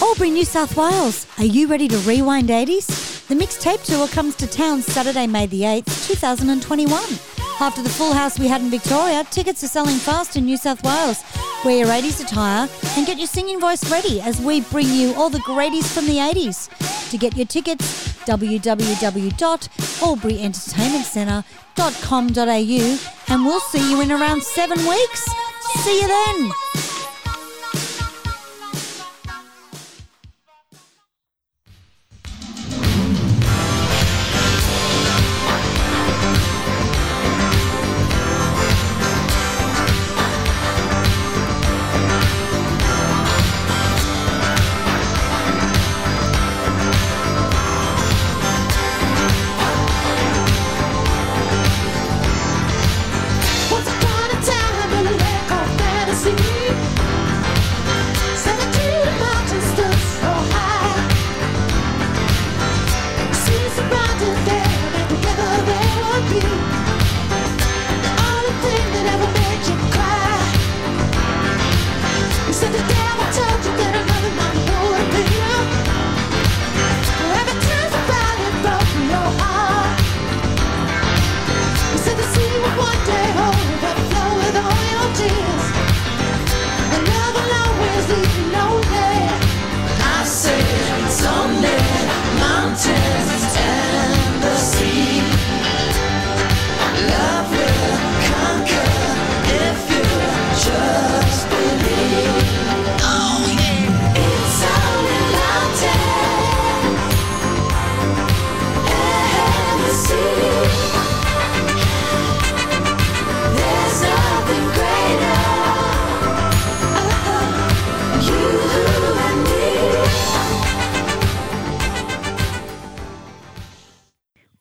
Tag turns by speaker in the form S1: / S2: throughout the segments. S1: Albury, New South Wales. Are you ready to rewind 80s? The mixtape tour comes to town Saturday, May the 8th, 2021. After the full house we had in Victoria, tickets are selling fast in New South Wales. Wear your 80s attire and get your singing voice ready as we bring you all the greaties from the 80s. To get your tickets, www.alburyentertainmentcentre.com.au and we'll see you in around seven weeks. See you then.
S2: Once upon a time in a lake of fantasy, solitude mountains stood so high. Seas surrounded them, and together they would be the only thing that ever made you cry. You said the devil told you that another man would be you. Every tear's about it broke your heart. You said the sea would one day overflow with all your tears, and love will always leave you lonely. I said it's only mountains and the sea. Love will conquer if you just believe. Oh yeah, it's only mountains and the sea. There's nothing greater. Oh, You and me.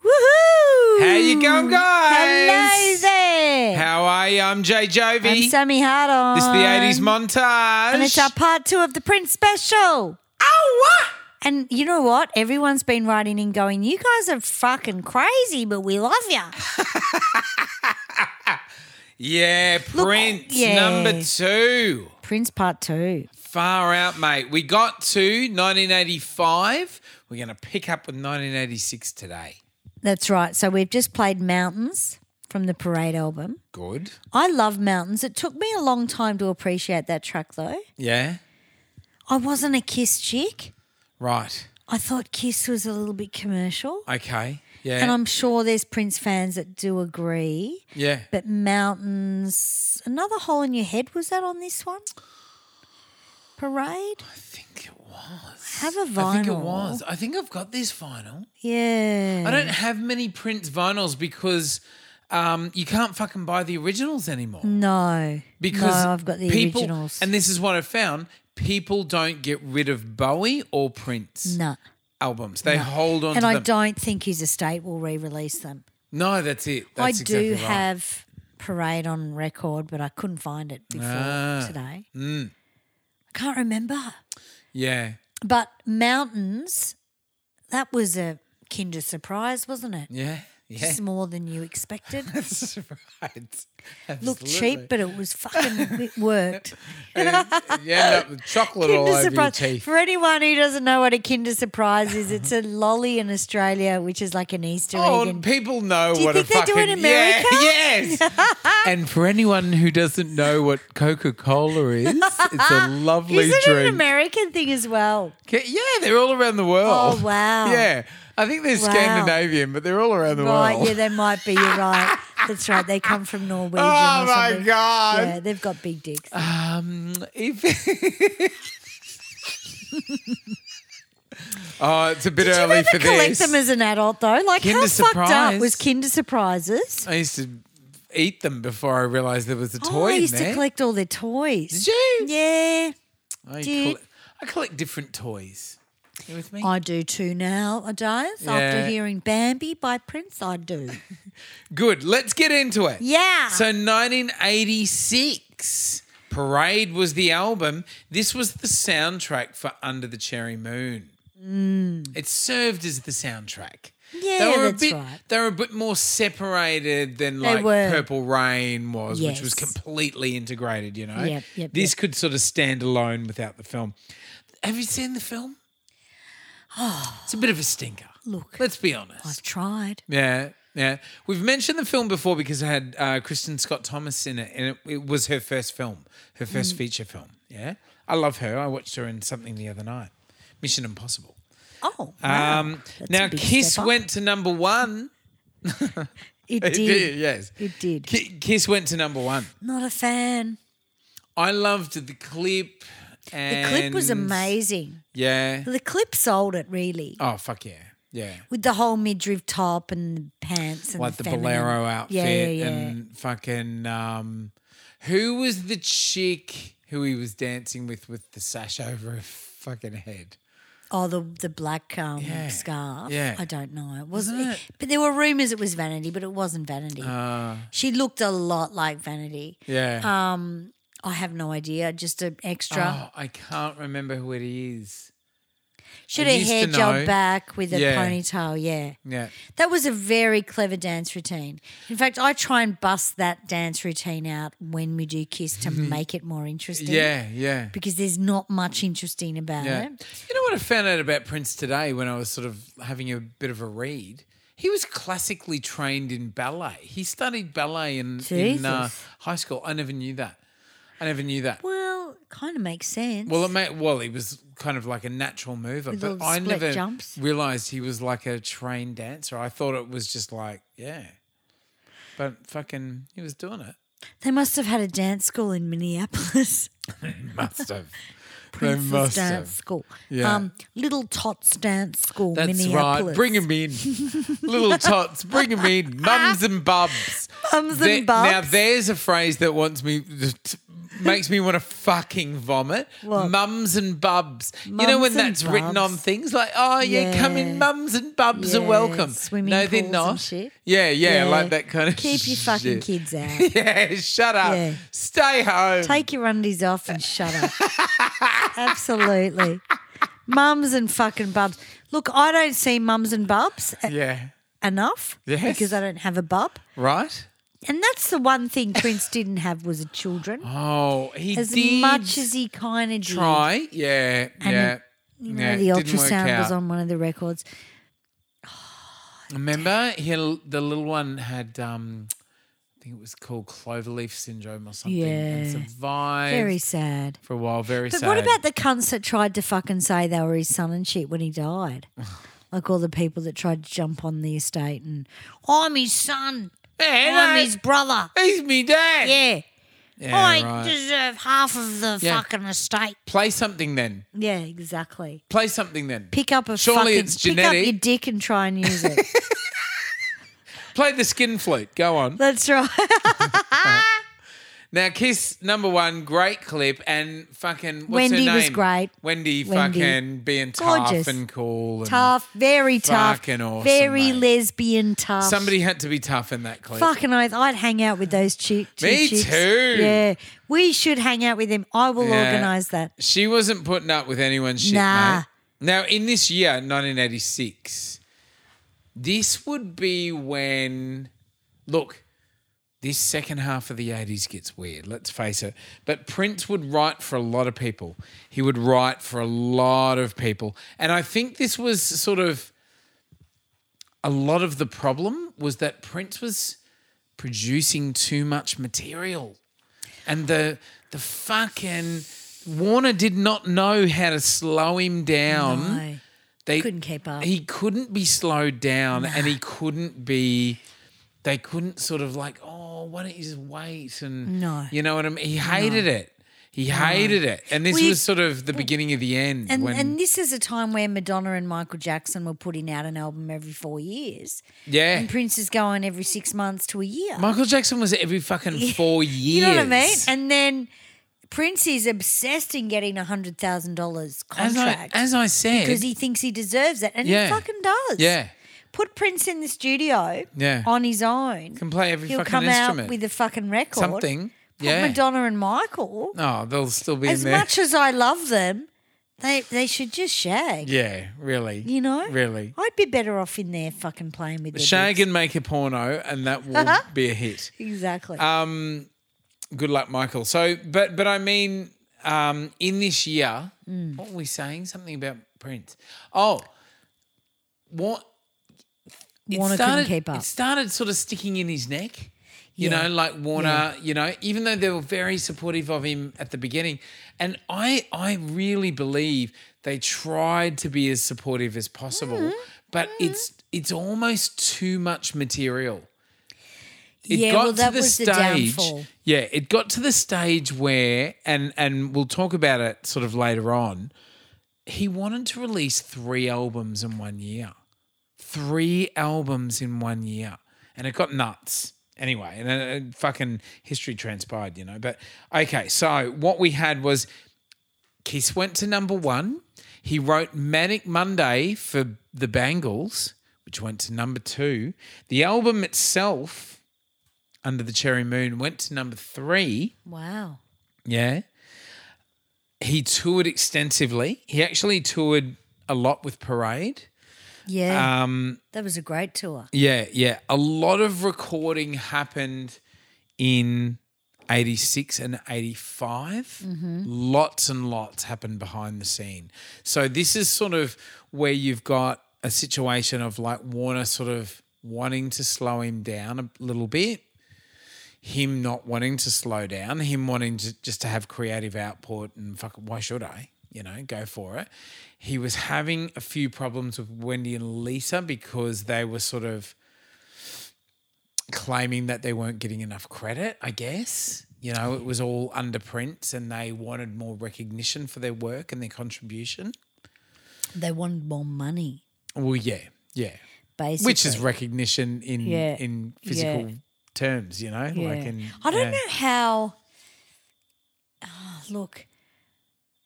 S1: Woohoo!
S3: How you going, guys?
S1: Hello there.
S3: How are you? I'm Jay Jovi.
S1: I'm Sammy Hardon.
S3: This is the 80s montage.
S1: And it's our part two of the Prince special.
S3: Ow!
S1: And you know what? Everyone's been writing in going, you guys are fucking crazy, but we love you.
S3: Yeah, Prince
S1: yeah.
S3: number two.
S1: Prince part two.
S3: Far out, mate. We got to 1985. We're going to pick up with 1986 today.
S1: That's right. So we've just played Mountains from the Parade album.
S3: Good.
S1: I love Mountains. It took me a long time to appreciate that track, though.
S3: Yeah.
S1: I wasn't a Kiss chick.
S3: Right.
S1: I thought Kiss was a little bit commercial.
S3: Okay. Yeah.
S1: And I'm sure there's Prince fans that do agree.
S3: yeah.
S1: But mountains, another hole in your head. Was that on this one? Parade.
S3: I think it was.
S1: Have a
S3: I think it
S1: vinyl.
S3: was. I think I've got this vinyl.
S1: Yeah.
S3: I don't have many Prince vinyls because um, you can't fucking buy the originals anymore.
S1: No.
S3: Because
S1: no, I've got the
S3: people,
S1: originals.
S3: And this is what I found people don't get rid of Bowie or Prince
S1: no.
S3: albums, they hold on
S1: And
S3: to
S1: I
S3: them.
S1: don't think his estate will re-release them.
S3: No, that's it. That's
S1: I do
S3: exactly right.
S1: have Parade on record, but I couldn't find it before
S3: Ah.
S1: today. I can't remember.
S3: Yeah.
S1: But mountains, that was a kinder surprise, wasn't it?
S3: Yeah. Yeah.
S1: Just more than you expected.
S3: That's right.
S1: looked cheap, but it was fucking it worked.
S3: Absolutely. you end up with chocolate all
S1: Kinder
S3: over your
S1: Surprise.
S3: teeth.
S1: For anyone who doesn't know what a Kinder Surprise is, it's a lolly in Australia, which is like an Easter egg.
S3: Oh, and
S1: And
S3: people know
S1: Do you
S3: what
S1: think
S3: a
S1: they
S3: fucking
S1: do it in America?
S3: Yeah, yes. and for anyone who doesn't know what Coca Cola is, it's a lovely
S1: Isn't it an
S3: drink.
S1: American thing as well?
S3: Ca- Yeah, they're all around the world.
S1: Oh, wow.
S3: Yeah, I think they're
S1: Wow.
S3: Scandinavian, but they're all around the
S1: Right,
S3: world.
S1: yeah, they might be. You're right. That's right. They come from Norwegian.
S3: Oh,
S1: or
S3: my
S1: something.
S3: God.
S1: Yeah, they've got big dicks.
S3: Um, if oh, it's a bit
S1: Did you
S3: early
S1: ever
S3: for
S1: collect
S3: this.
S1: them as an adult though? Like how
S3: Kinder
S1: fucked up
S3: Surprise.
S1: was Kinder Surprises?
S3: I used to eat them before I realised there was a toy
S1: oh, I
S3: in
S1: used
S3: there.
S1: to collect all their toys.
S3: Did you?
S1: Yeah,
S3: I,
S1: Did-
S3: colle- I collect different toys. You with me?
S1: I do too nowadays. After
S3: Yeah.
S1: hearing Bambi by Prince, I do.
S3: Good. Let's get into it.
S1: Yeah.
S3: So 1986. Parade was the album. This was the soundtrack for Under the Cherry Moon. It served as the soundtrack.
S1: Mm. Yeah, that's
S3: a bit,
S1: right.
S3: They were a bit more separated than
S1: They
S3: like
S1: were.
S3: Purple Rain was, which
S1: Yes.
S3: was completely integrated. You know,
S1: Yep, yep,
S3: this
S1: yep.
S3: could sort of stand alone without the film. Have you seen the film? It's a bit of a stinker.
S1: Look,
S3: Let's be honest.
S1: I've tried.
S3: Yeah, yeah. We've mentioned the film before because it had uh, Kristen Scott Thomas in it, and it, it was her first film, her first
S1: Mm.
S3: feature film. Yeah, I love her. I watched her in something the other night, Mission Impossible.
S1: Oh, wow.
S3: Um,
S1: That's a
S3: now,
S1: big
S3: Kiss
S1: step up.
S3: went to number one.
S1: It
S3: It
S1: did.
S3: did, yes.
S1: It did.
S3: Ki- Kiss went to number one.
S1: Not a fan.
S3: I loved the clip.
S1: The
S3: And
S1: clip was amazing.
S3: Yeah.
S1: The clip sold it really
S3: Oh fuck yeah, yeah.
S1: with the whole midriff top and the pants and
S3: like the,
S1: feminine-
S3: bolero outfit
S1: Yeah, yeah, yeah.
S3: and fucking um who was the chick who he was dancing with with the sash over her fucking head
S1: oh, the the black um,
S3: Yeah,
S1: scarf.
S3: yeah.
S1: I don't know. It wasn't.
S3: Wasn't it?
S1: But there were rumors it was Vanity, but it wasn't Vanity.
S3: Ah.
S1: she looked a lot like Vanity.
S3: yeah
S1: Um, I have no idea. Just an extra.
S3: oh i can't remember who it is
S1: Should
S3: I
S1: her
S3: used to
S1: hair gelled
S3: know.
S1: back with a
S3: Yeah.
S1: ponytail. Yeah.
S3: yeah
S1: That was a very clever dance routine. In fact, I try and bust that dance routine out when we do Kiss to make it more interesting.
S3: Mm-hmm. yeah yeah
S1: Because there's not much interesting about
S3: yeah
S1: it.
S3: you know what i found out about prince today when i was sort of having a bit of a read he was classically trained in ballet he studied ballet in, in uh,
S1: Jesus.
S3: high school i never knew that i never knew that
S1: Well, kind of makes sense.
S3: Well, um it may, well, he was kind of like a natural mover,
S1: With all
S3: but
S1: the
S3: I
S1: split
S3: never
S1: jumps.
S3: realized he was like a trained dancer. I thought it was just like, yeah, but fucking, he was doing it.
S1: they must have had a dance school in Minneapolis.
S3: Must have.
S1: Princess
S3: must
S1: Dance
S3: have.
S1: School.
S3: Yeah.
S1: Um, Little Tots Dance School,
S3: That's
S1: Minneapolis.
S3: right. Bring him in, little tots. Bring him in, mums and bubs.
S1: Mums
S3: There-
S1: and
S3: Now
S1: bubs.
S3: there's a phrase that wants me, that makes me want to fucking vomit.
S1: What?
S3: Mums and bubs. you know
S1: Mums
S3: when
S1: and
S3: that's written on
S1: bubs.
S3: things like, oh yeah, come
S1: Yeah.
S3: in, mums and bubs are
S1: Yeah,
S3: welcome.
S1: swimming
S3: no,
S1: pools
S3: they're
S1: and
S3: not.
S1: shit.
S3: Yeah, yeah,
S1: Yeah.
S3: like that kind of.
S1: Keep your fucking
S3: shit.
S1: kids out.
S3: yeah, shut up.
S1: Yeah.
S3: Stay home.
S1: Take your undies off and shut up. Absolutely. Mums and fucking bubs. Look, I don't see mums and bubs e-
S3: yeah.
S1: enough
S3: Yes.
S1: because I don't have a bub.
S3: Right.
S1: And that's the one thing Prince didn't have was children.
S3: Oh, he
S1: As
S3: did
S1: much as he kind of did.
S3: try. Yeah. yeah.
S1: You know,
S3: Yeah,
S1: the
S3: it didn't work
S1: ultrasound was
S3: out.
S1: on one of the records.
S3: Remember, he had, the little one had, um, I think it was called cloverleaf syndrome or something, and
S1: Yeah.
S3: survived
S1: Very sad.
S3: for a while. Very
S1: But
S3: sad.
S1: what about the cunts that tried to fucking say they were his son and shit when he died? like all the people that tried to jump on the estate and, I'm his son.
S3: Hey,
S1: I'm
S3: no,
S1: his brother.
S3: he's me dad.
S1: Yeah.
S3: Yeah,
S1: I
S3: right.
S1: deserve half of the
S3: Yeah.
S1: fucking estate.
S3: Play something then.
S1: Yeah, exactly.
S3: Play something then.
S1: Pick up a
S3: Surely
S1: fucking
S3: it's
S1: pick up your
S3: genetic.
S1: dick and try and use it.
S3: Play the skin flute. Go on.
S1: That's right.
S3: Now, Kiss number one, great clip, and fucking what's her
S1: Wendy was
S3: name?
S1: great.
S3: Wendy,
S1: Wendy.
S3: fucking being
S1: Gorgeous.
S3: tough and cool. And
S1: tough, very tough.
S3: Fucking awesome,
S1: very
S3: mate.
S1: lesbian tough.
S3: Somebody had to be tough in that clip.
S1: Fucking oath, I'd hang out with those chi- two
S3: Me
S1: chicks.
S3: too.
S1: Yeah, we should hang out with them. I will
S3: Yeah.
S1: organise that.
S3: She wasn't putting up with anyone's shit,
S1: Nah.
S3: mate. Now, in this year, 1986, this would be when, look, this second half of the 80s gets weird, let's face it. But Prince would write for a lot of people. He would write for a lot of people. And I think this was sort of a lot of the problem was that Prince was producing too much material and the the fucking Warner did not know how to slow him down.
S1: No.
S3: they
S1: couldn't keep up.
S3: He couldn't be slowed down, and he couldn't be. They couldn't sort of like, oh, why don't you just wait? And
S1: No.
S3: you know what I mean. He hated it. He hated it, and this
S1: Well, you-
S3: was sort of the beginning of the end.
S1: And,
S3: when
S1: and this is a time where Madonna and Michael Jackson were putting out an album every four years.
S3: yeah,
S1: And Prince is going every six months to a year.
S3: Michael Jackson was every fucking four years.
S1: You know what I mean? And then Prince is obsessed in getting a hundred thousand dollars
S3: as I,
S1: contract
S3: as I said,
S1: because he thinks he deserves it, and
S3: Yeah.
S1: he fucking does.
S3: yeah,
S1: Put Prince in the studio
S3: Yeah.
S1: on his own.
S3: can play every
S1: He'll
S3: fucking
S1: come
S3: instrument.
S1: out with a fucking record.
S3: something.
S1: Put
S3: yeah.
S1: Madonna and Michael.
S3: Oh, they'll still be
S1: as
S3: in there.
S1: much as I love them, they they should just shag.
S3: yeah, really.
S1: You know? Oh,
S3: Really.
S1: I'd be better off in there fucking playing with their
S3: Shag
S1: dicks.
S3: and make a porno, and that will be a hit. uh,
S1: Exactly.
S3: Um, Good luck, Michael. So, but but I mean, um, in this year,
S1: Mm.
S3: what were we saying? Something about Prince. Oh, what?
S1: Warner
S3: started,
S1: couldn't keep up.
S3: It started sort of sticking in his neck. You
S1: Yeah.
S3: know, like Warner, you know, even though they were very supportive of him at the beginning. And I I really believe they tried to be as supportive as possible,
S1: Mm.
S3: but it's it's almost too much material. It
S1: Yeah,
S3: got
S1: well, that
S3: to the
S1: was the
S3: stage.
S1: downfall.
S3: yeah, it got to the stage where and and we'll talk about it sort of later on. He wanted to release three albums in one year three albums in one year, and it got nuts. Anyway, and uh, uh, fucking history transpired, you know. But okay, so what we had was Kiss went to number one. He wrote Manic Monday for the Bangles, which went to number two. The album itself, Under the Cherry Moon, went to number three.
S1: Wow.
S3: Yeah. He toured extensively. He actually toured a lot with Parade. uh,
S1: Yeah. Um, that was a great tour.
S3: Yeah, yeah. A lot of recording happened in 86 and 85. Lots and lots happened behind the scene. So this is sort of where you've got a situation of like Warner sort of wanting to slow him down a little bit. Him not wanting to slow down, him wanting to just to have creative output and fuck, why should I? You know, go for it. He was having a few problems with Wendy and Lisa because they were sort of claiming that they weren't getting enough credit, I guess. You know, it was all under Prince and they wanted more recognition for their work and their contribution.
S1: They wanted more money,
S3: Well, yeah, yeah.
S1: basically.
S3: Which is recognition in
S1: Yeah,
S3: in physical
S1: yeah.
S3: terms, you know?
S1: Yeah.
S3: Like in
S1: I don't
S3: yeah.
S1: know how. Ah, look,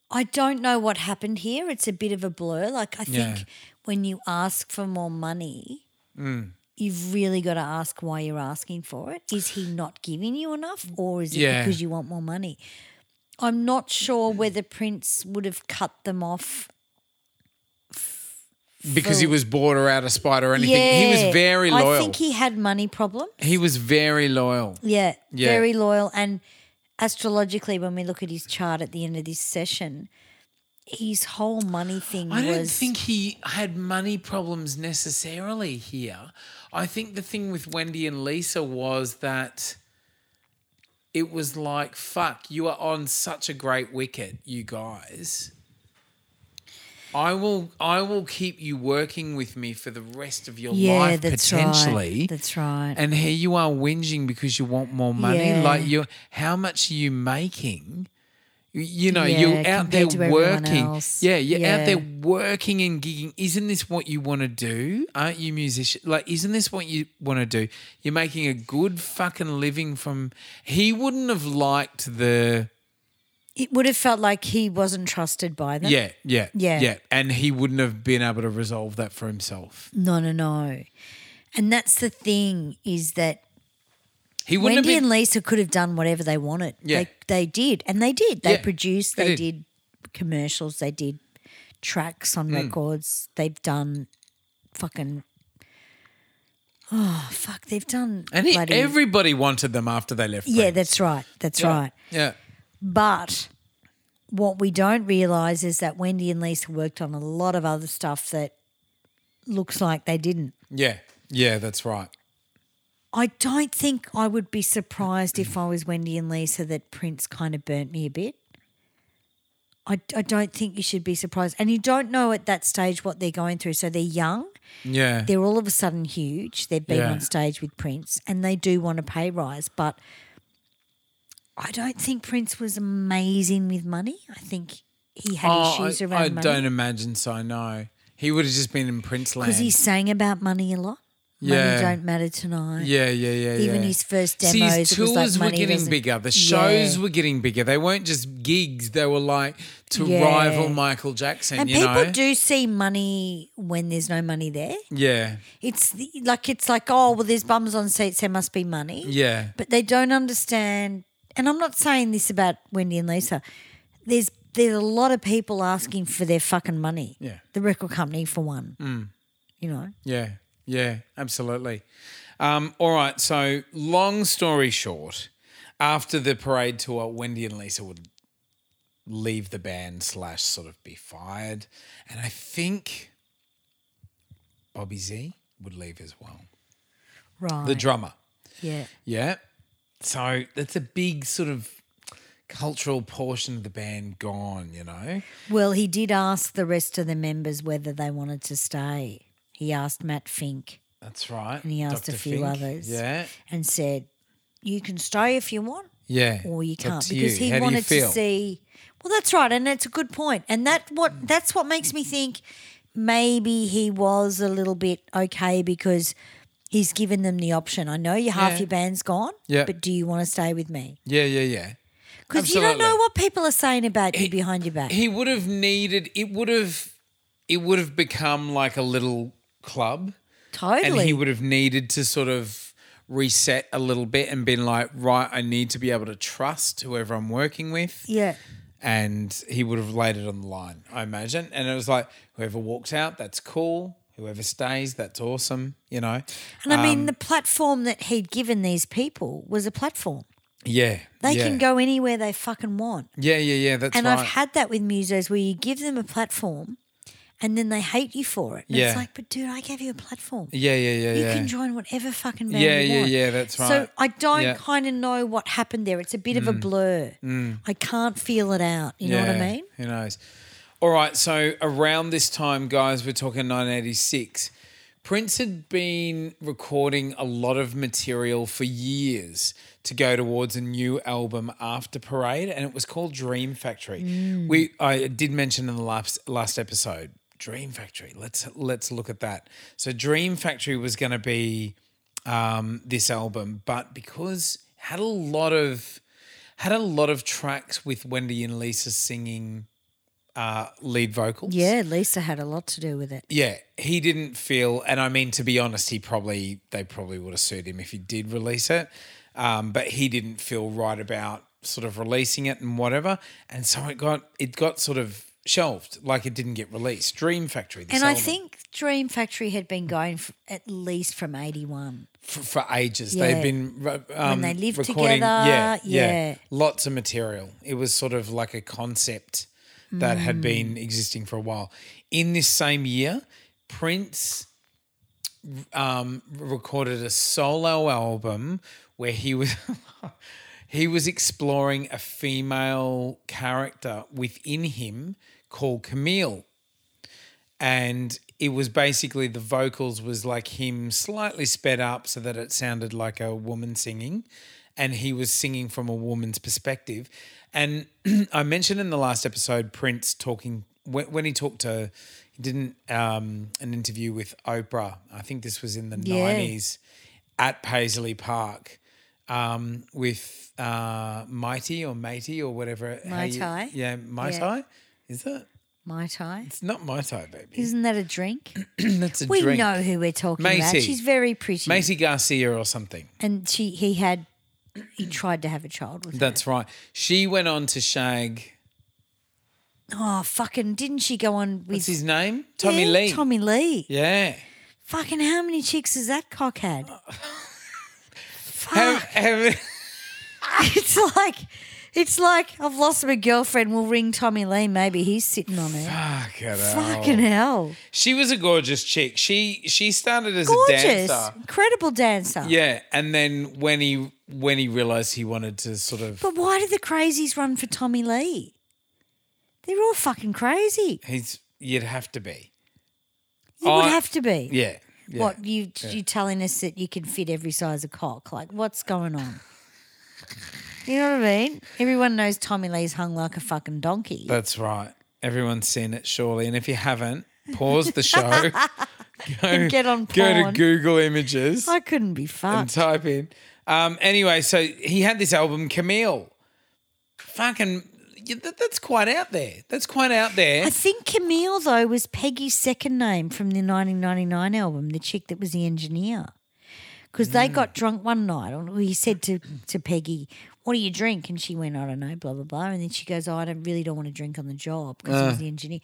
S1: I don't know what happened here. It's a bit of a blur. Like I think
S3: Yeah.
S1: when you ask for more money,
S3: Mm.
S1: you've really got to ask why you're asking for it. Is he not giving you enough, or is it
S3: Yeah.
S1: because you want more money? I'm not sure whether Prince would have cut them off.
S3: Because he was bored or out of spite or anything. He
S1: Yeah.
S3: was very loyal.
S1: I think he had money problems.
S3: he was very loyal.
S1: Yeah,
S3: Yeah.
S1: very loyal. And astrologically, when we look at his chart at the end of this session, his whole money thing
S3: I
S1: was.
S3: don't think he had money problems necessarily here. I think the thing with Wendy and Lisa was that it was like, fuck, you are on such a great wicket, you guys. I will I will keep you working with me for the rest of your
S1: yeah,
S3: life
S1: that's
S3: potentially.
S1: right. That's right.
S3: And here you are whinging because you want more money.
S1: Yeah.
S3: Like you, how much are you making? You- You know,
S1: Yeah,
S3: you're out there
S1: compared to everyone
S3: working.
S1: else.
S3: Yeah, you're
S1: Yeah.
S3: out there working and gigging. Isn't this what you want to do? Aren't you musician? Like, isn't this what you want to do? You're making a good fucking living from. He wouldn't have liked the.
S1: it would have felt like he wasn't trusted by them.
S3: Yeah, yeah,
S1: Yeah.
S3: yeah. And he wouldn't have been able to resolve that for himself.
S1: No, no, no. And that's the thing is that
S3: He wouldn't
S1: Wendy and
S3: have been.
S1: Lisa could have done whatever they wanted.
S3: Yeah.
S1: They, they did. And they did. They
S3: Yeah,
S1: produced,
S3: they
S1: they, did.
S3: did. Hmm.
S1: commercials, they did tracks on records. They've done fucking. Oh, fuck. They've done.
S3: And he,
S1: bloody-
S3: everybody wanted them after they left.
S1: Yeah,
S3: Prince.
S1: that's right. That's right.
S3: Yeah.
S1: But what we don't realise is that Wendy and Lisa worked on a lot of other stuff that looks like they didn't.
S3: Yeah. Yeah, that's right.
S1: I don't think I would be surprised if I was Wendy and Lisa that Prince kind of burnt me a bit. I, I don't think you should be surprised. And you don't know at that stage what they're going through. So they're young.
S3: Yeah.
S1: They're all of a sudden huge. They've been
S3: Yeah.
S1: on stage with Prince and they do want a pay rise. But I don't think Prince was amazing with money. I think he had
S3: Oh,
S1: issues
S3: I,
S1: around
S3: I
S1: money.
S3: don't imagine so. No, he would have just been in Prince Land.
S1: Because he sang about money a lot.
S3: Yeah.
S1: Money don't matter tonight.
S3: yeah, yeah, yeah.
S1: Even
S3: yeah.
S1: his first demos,
S3: See, his
S1: it was
S3: tours
S1: like
S3: were
S1: money
S3: getting
S1: doesn't-
S3: bigger. The shows
S1: Yeah.
S3: were getting bigger. They weren't just gigs. They were like to
S1: Yeah.
S3: rival Michael Jackson.
S1: And
S3: you
S1: people
S3: know.
S1: do see money when there's no money there.
S3: yeah,
S1: It's the, like it's like oh well, there's bums on seats. There must be money.
S3: yeah,
S1: But they don't understand. And I'm not saying this about Wendy and Lisa. There's there's a lot of people asking for their fucking money.
S3: Yeah. Mm.
S1: The record company for one. You know.
S3: yeah, yeah. Absolutely. Um, all right. So, long story short, after the parade tour, Wendy and Lisa would leave the band slash sort of be fired. And I think Bobby Z would leave as well.
S1: Right.
S3: The drummer.
S1: yeah.
S3: Yeah. So that's a big sort of cultural portion of the band gone, you know?
S1: Well, he did ask the rest of the members whether they wanted to stay. He asked Matt Fink
S3: That's right.
S1: and he asked a few others.
S3: Yeah.
S1: And said, You can stay if you want
S3: Yeah.
S1: or you
S3: It's up
S1: can't.
S3: to
S1: Because
S3: you.
S1: he
S3: How do you
S1: wanted to
S3: feel?
S1: see Well, that's right, and that's a good point. And that what that's what makes me think maybe he was a little bit okay because he's given them the option. I know you half
S3: Yeah.
S1: your band's gone,
S3: Yeah.
S1: but do you want to stay with me?
S3: Yeah, yeah, yeah.
S1: Because you don't know
S3: Absolutely.
S1: what people are saying about you behind your back.
S3: He would have needed it would have it would have become like a little club.
S1: totally.
S3: And he would have needed to sort of reset a little bit and been like, right, I need to be able to trust whoever I'm working with.
S1: yeah.
S3: And he would have laid it on the line, I imagine. And it was like, whoever walks out, that's cool. Whoever stays, that's awesome, you know?
S1: And I
S3: um,
S1: mean, the platform that he'd given these people was a platform.
S3: Yeah.
S1: They
S3: yeah.
S1: can go anywhere they fucking want.
S3: Yeah, yeah, yeah. That's
S1: and
S3: right.
S1: I've had that with musos where you give them a platform and then they hate you for it. And
S3: Yeah.
S1: It's like, but dude, I gave you a platform.
S3: yeah, yeah, yeah,
S1: You
S3: yeah.
S1: can join whatever fucking band
S3: Yeah,
S1: you
S3: yeah,
S1: want.
S3: yeah, that's
S1: So
S3: right.
S1: I don't
S3: Yeah. Mm.
S1: kind of know what happened there. It's a bit of a blur. I can't feel it out. You know what I
S3: Yeah,
S1: mean?
S3: Who knows? All right, so around this time, guys, we're talking 1986. Prince had been recording a lot of material for years to go towards a new album after Parade, and it was called Dream Factory.
S1: Mm.
S3: We I did mention in the last last episode, Dream Factory. Let's let's look at that. So Dream Factory was going to be um, this album, but because it had a lot of had a lot of tracks with Wendy and Lisa singing uh, lead vocals.
S1: Yeah, Lisa had a lot to do with it.
S3: Yeah, he didn't feel, and I mean to be honest, he probably they probably would have sued him if he did release it, um, but he didn't feel right about sort of releasing it and whatever, and so it got it got sort of shelved, like it didn't get released. Dream Factory, this
S1: And I
S3: album,
S1: think Dream Factory had been going f at least from 81.
S3: for, for ages
S1: Yeah.
S3: they've been ru- um,
S1: they lived
S3: recording,
S1: together,
S3: Yeah, yeah,
S1: yeah.
S3: lots of material. It was sort of like a concept that
S1: Mm.
S3: had been existing for a while. In this same year, Prince um, recorded a solo album where he was he was exploring a female character within him called Camille, and it was basically the vocals was like him slightly sped up so that it sounded like a woman singing, and he was singing from a woman's perspective. And I mentioned in the last episode Prince talking when, when he talked to he didn't um, an interview with Oprah. I think this was in the
S1: Yeah.
S3: nineties at Paisley Park um, with uh, Mighty or Matey or whatever. how you-
S1: Tai.
S3: yeah, Mai
S1: Yeah.
S3: Tai. Is it?
S1: Mai Tai.
S3: It's not Mai Tai, baby.
S1: Isn't that a drink?
S3: That's a
S1: We
S3: drink.
S1: know who we're talking about.
S3: Macy.
S1: She's very pretty.
S3: Macy Garcia or something.
S1: And she he had he tried to have a child with her.
S3: That's right. She went on to shag.
S1: Oh fucking didn't she go on with
S3: What's his name? Tommy
S1: Yeah,
S3: Lee.
S1: Tommy Lee.
S3: Yeah.
S1: Fucking how many chicks has that cock had?
S3: How-
S1: Fuck.
S3: how-
S1: it's like it's like I've lost my girlfriend, we'll ring Tommy Lee, maybe he's sitting on it.
S3: Fuck it out.
S1: Fucking hell.
S3: She was a gorgeous chick. She she started as a
S1: Gorgeous.
S3: dancer.
S1: Incredible dancer.
S3: Yeah, and then when he when he realized he wanted to sort of
S1: But why did the crazies run for Tommy Lee? They're all fucking crazy.
S3: he's you'd have to be.
S1: You
S3: I-
S1: would have to be.
S3: Yeah. yeah.
S1: What you you telling us that you can fit every size of cock? Like what's going on? you know what I mean? Everyone knows Tommy Lee's hung like a fucking donkey.
S3: That's right. Everyone's seen it surely, and if you haven't, pause the show. go,
S1: Get on
S3: go to
S1: porn.
S3: Google Images.
S1: I couldn't be
S3: and
S1: fucked.
S3: type in. Um, anyway, so he had this album, Camille. Fucking, yeah, that, that's quite out there. That's quite out there.
S1: I think Camille though was Peggy's second name from the 1999 album, the chick that was the engineer. Because they
S3: Mm.
S1: got drunk one night, and he said to, to Peggy, "What do you drink?" And she went, "I don't know, blah blah blah." And then she goes, oh, "I don't really don't want to drink on the job because I was the engineer."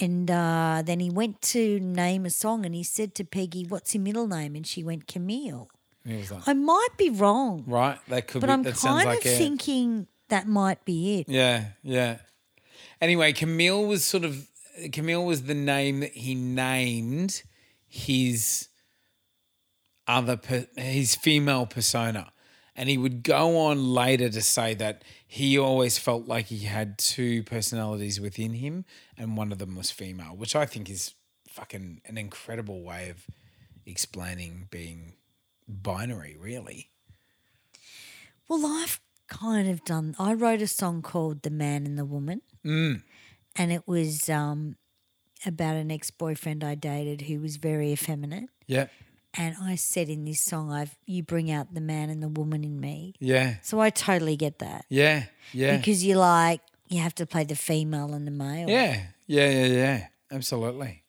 S1: And uh, then he went to name a song, and he said to Peggy, "What's your middle name?" And she went, "Camille."
S3: He was like,
S1: I might be wrong,
S3: right, that could
S1: but
S3: be.
S1: I'm
S3: that sounds
S1: kind
S3: like
S1: of
S3: it.
S1: thinking that might be it.
S3: Yeah, yeah. Anyway, Camille was sort of Camille was the name that he named his other per, his female persona, and he would go on later to say that he always felt like he had two personalities within him, and one of them was female, which I think is fucking an incredible way of explaining being binary, really.
S1: Well, I've kind of done. I wrote a song called "The Man and the Woman,"
S3: Mm.
S1: and it was um, about an ex-boyfriend I dated who was very effeminate.
S3: Yeah,
S1: And I said in this song, "I've you bring out the man and the woman in me."
S3: yeah,
S1: So I totally get that
S3: yeah, yeah.
S1: because you like you have to play the female and the male.
S3: Yeah, yeah, yeah, yeah. Absolutely.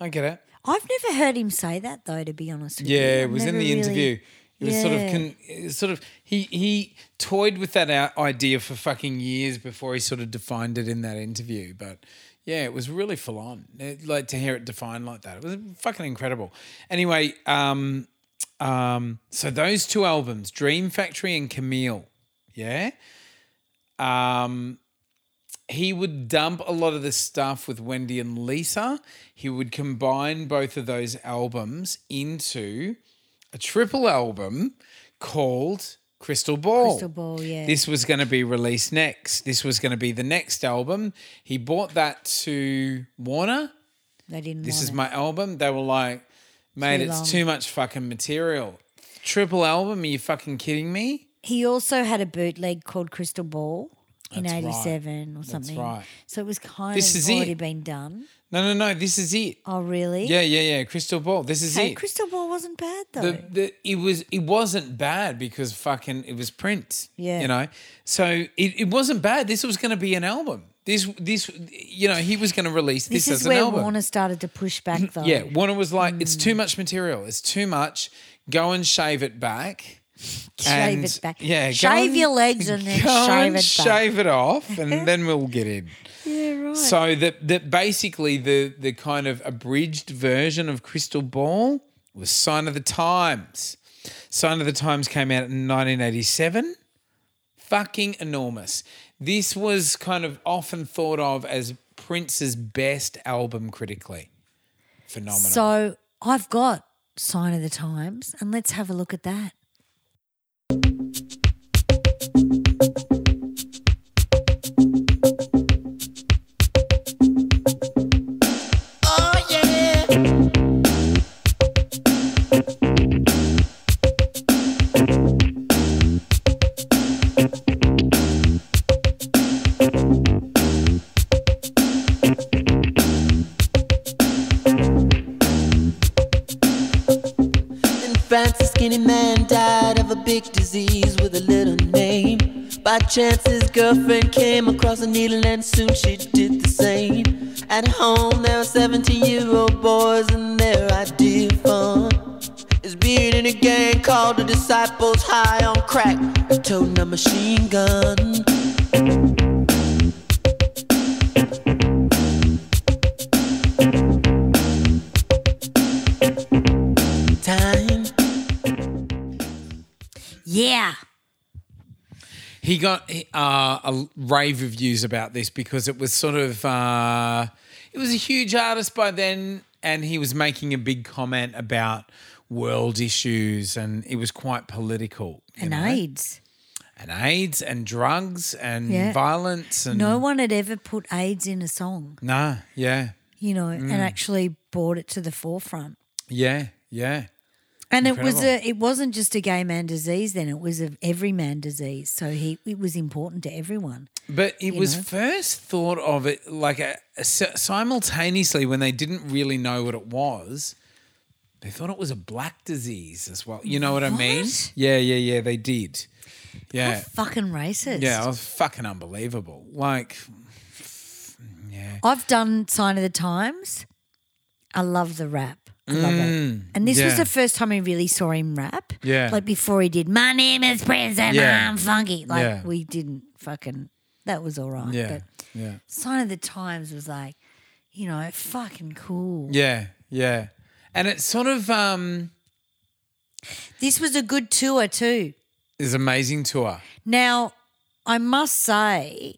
S3: I get it.
S1: I've never heard him say that though. To be honest, with you.
S3: Yeah, it
S1: I've
S3: was in
S1: never
S3: the
S1: really-
S3: interview. It was sort of
S1: Yeah.
S3: con- it was sort of he he toyed with that out- idea for fucking years before he sort of defined it in that interview, but yeah, it was really full on. It- like to hear it defined like that. It was fucking incredible. Anyway, um um so those two albums, Dream Factory and Camille, yeah? Um he would dump a lot of the stuff with Wendy and Lisa. He would combine both of those albums into a triple album called Crystal Ball.
S1: Crystal Ball, yeah.
S3: Oh, This was going to be released next. This was going to be the next album. He bought that to Warner.
S1: They didn't.
S3: This
S1: want
S3: is
S1: it.
S3: my album. They were like, mate,
S1: Too
S3: it's
S1: long."
S3: too much fucking material. Triple album? Are you fucking kidding me?
S1: He also had a bootleg called Crystal Ball in
S3: That's right.
S1: '87 or something.
S3: right.
S1: So it was kind
S3: This
S1: of
S3: is it.
S1: already been done.
S3: No, no, no. This is it.
S1: Oh, really?
S3: Yeah, yeah, yeah. Crystal Ball. This is
S1: Hey,
S3: it.
S1: Crystal Ball wasn't bad though.
S3: the, the it was it wasn't bad because fucking it was Prince.
S1: Yeah.
S3: You know? So it, it wasn't bad. This was gonna be an album. This this you know, he was gonna release this,
S1: this
S3: as
S1: is
S3: an
S1: where
S3: album. Mm-hmm.
S1: Warner Mm. started to push back though.
S3: yeah, Warner was like, it's too much material, it's too much. Go and shave it back.
S1: shave
S3: and-
S1: it back.
S3: Yeah, go
S1: shave
S3: and-
S1: your legs and then
S3: go
S1: shave
S3: and
S1: it back.
S3: shave it off, and then we'll get in.
S1: Yeah, right.
S3: So that that basically the the kind of abridged version of Crystal Ball was Sign of the Times. Sign of the Times came out in 1987. Fucking enormous. This was kind of often thought of as Prince's best album critically. Phenomenal.
S1: So I've got Sign of the Times, and let's have a look at that.
S2: Oh yeah.
S4: In France, a skinny man died of a big disease with a little name. By chance, his girlfriend came across a needle and soon she did the same. At home, there are 17 year old boys and their idea of fun is being in a gang called the Disciples High on Crack and toting a machine gun. Time.
S1: Yeah.
S3: He got uh, a rave reviews about this because it was sort of uh, it was a huge artist by then, and he was making a big comment about world issues, and it was quite political. you
S1: And
S3: know?
S1: AIDS.
S3: and AIDS, and drugs, and
S1: Yeah.
S3: violence, and
S1: No one had ever put AIDS in a song,
S3: nah, yeah,
S1: you know,
S3: Mm.
S1: and actually brought it to the forefront.
S3: yeah, yeah.
S1: And it was
S3: Incredible.
S1: a it wasn't just a gay man disease then, it was a everyman disease. So he it was important to everyone.
S3: But it was
S1: know?
S3: first thought of it like a, a si- simultaneously when they didn't really know what it was. They thought it was a black disease as well. You know what, I mean?
S1: What?
S3: Yeah, yeah, yeah. They did.
S1: How
S3: Yeah,
S1: fucking racist.
S3: yeah. It was fucking unbelievable. Like,
S1: I've done Sign of the Times. I love the rap. I love it. And this was
S3: Mm, yeah.
S1: the first time I really saw him rap.
S3: Yeah.
S1: Like before he did My name is Prince and
S3: Yeah.
S1: I'm funky. Like
S3: Yeah.
S1: we didn't fucking that was all right.
S3: yeah,
S1: But
S3: yeah,
S1: Sign of the Times was like, you know, fucking cool.
S3: yeah, yeah. And it's sort of um,
S1: This was a good tour too.
S3: this amazing tour.
S1: Now, I must say,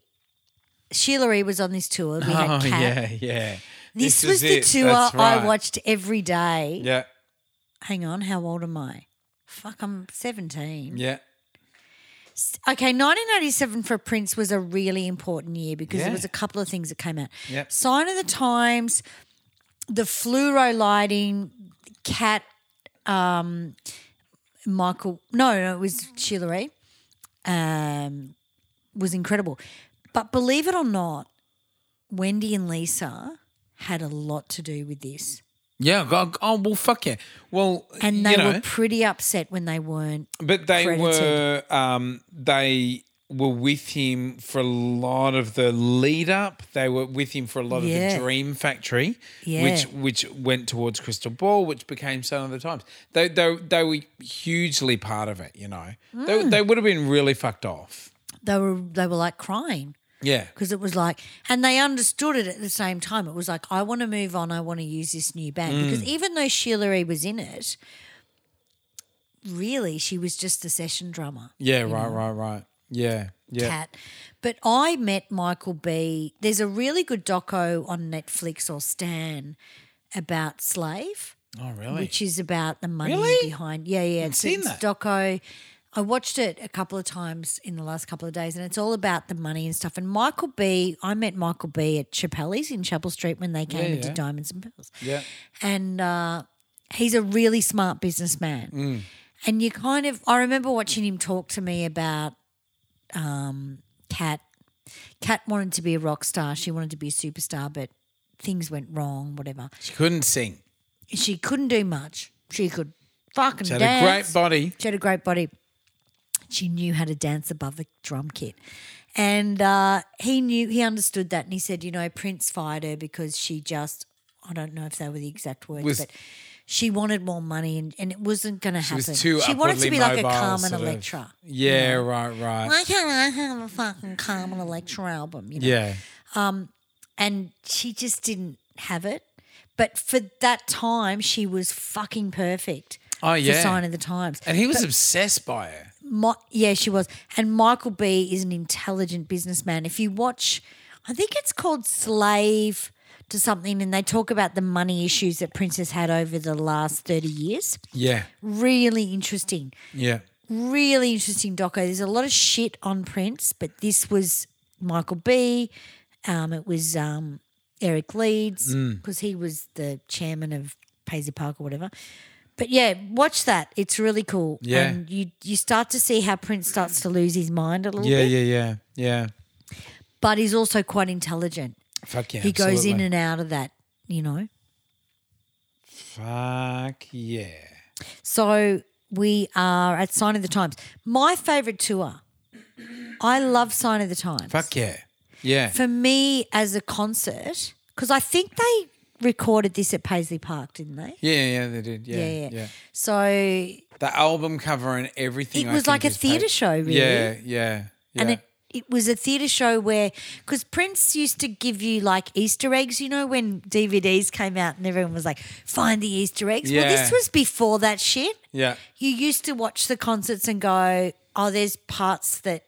S1: Sheila E. was on this tour. We had
S3: Oh
S1: Kat.
S3: yeah, yeah.
S1: This, was
S3: is
S1: the
S3: it.
S1: tour
S3: That's
S1: I
S3: right.
S1: watched every day.
S3: Yeah,
S1: Hang on, how old am I? Fuck, I'm 17.
S3: yeah,
S1: Okay, 1987 for Prince was a really important year because there
S3: Yeah.
S1: was a couple of things that came out.
S3: Yep.
S1: Sign of the Times, the fluoro lighting, Cat, um, Michael. No, no, it was Sheila E. Um, was incredible, but believe it or not, Wendy and Lisa had a lot to do with this,
S3: yeah. go- go- Oh well, fuck yeah. Well,
S1: and they
S3: you know,
S1: were pretty upset when they weren't.
S3: but they
S1: credited.
S3: were um, they were with him for a lot of the lead up. They were with him for a lot of
S1: Yeah.
S3: the Dream Factory,
S1: Yeah.
S3: which which went towards Crystal Ball, which became Son of the Times. They they, they were hugely part of it. You know, they,
S1: Hmm.
S3: they would have been really fucked off.
S1: They were they were like crying.
S3: Yeah,
S1: because it was like, and they understood it at the same time. It was like, I want to move on. I want to use this new band because even though Sheila E was in it, really she was just the session drummer.
S3: yeah. Right, right, right. Yeah, yeah.
S1: Cat. But I met Michael B. There's a really good doco on Netflix or Stan about Slave,
S3: Oh really?
S1: which is about the money
S3: Really?
S1: behind. Yeah, yeah. It's,
S3: seen
S1: it's
S3: that.
S1: doco. I watched it a couple of times in the last couple of days, and it's all about the money and stuff. And Michael B. I met Michael B. at Chappelle's in Chapel Street when they came
S3: Yeah,
S1: and did
S3: yeah.
S1: Diamonds and Pearls
S3: yeah.
S1: and uh, he's a really smart businessman.
S3: Mm.
S1: And you kind of, I remember watching him talk to me about um, Kat. Kat wanted to be a rock star. She wanted to be a superstar, but things went wrong, whatever.
S3: She couldn't sing.
S1: She couldn't do much. She could fucking
S3: She had
S1: dance.
S3: a great body.
S1: She had a great body. She knew how to dance above a drum kit. And uh, he knew, he understood that. And he said, you know, Prince fired her because she just, I don't know if they were the exact words,
S3: Was-
S1: but she wanted more money and, and it wasn't going to
S3: She
S1: happen.
S3: was too.
S1: she wanted
S3: upwardly
S1: to be like a
S3: mobile,
S1: Carmen
S3: sort of.
S1: Electra.
S3: Yeah, right, right.
S1: Why can't I have a fucking Carmen Electra album? You know?
S3: yeah,
S1: and she just didn't have it. But for that time, she was fucking perfect.
S3: Oh,
S1: for
S3: yeah.
S1: Sign of the Times.
S3: and he was obsessed by her.
S1: Mi- yeah, she was. And Michael B is an intelligent businessman. If you watch, I think it's called Slave to something, and they talk about the money issues that Prince has had over the last thirty years.
S3: Yeah,
S1: Really interesting
S3: yeah.
S1: really interesting doco. There's a lot of shit on Prince, but this was Michael B. Um, it was um, Eric Leeds
S3: Mm.
S1: because he was the chairman of Paisley Park or whatever. But yeah, watch that. It's really cool.
S3: Yeah.
S1: And you you start to see how Prince starts to lose his mind a little
S3: Yeah,
S1: bit,
S3: yeah, yeah, yeah.
S1: but he's also quite intelligent.
S3: Fuck yeah.
S1: he goes in
S3: absolutely.
S1: and out of that, you know.
S3: Fuck yeah.
S1: So we are at Sign of the Times. My favorite tour. I love Sign of the Times.
S3: Fuck yeah. Yeah.
S1: for me as a concert, because I think they recorded this at Paisley Park, didn't they?
S3: yeah, yeah, yeah, they did. Yeah, yeah.
S1: So it
S3: The album cover and everything.
S1: It
S3: I
S1: was
S3: think,
S1: like a
S3: is
S1: theatre
S3: paid-
S1: show, really.
S3: Yeah, yeah, yeah.
S1: and it it was a theatre show where because Prince used to give you like Easter eggs, you know, when DVDs came out and everyone was like, find the Easter eggs. Well, this
S3: Yeah.
S1: was before that shit.
S3: yeah.
S1: You used to watch the concerts and go, oh, there's parts that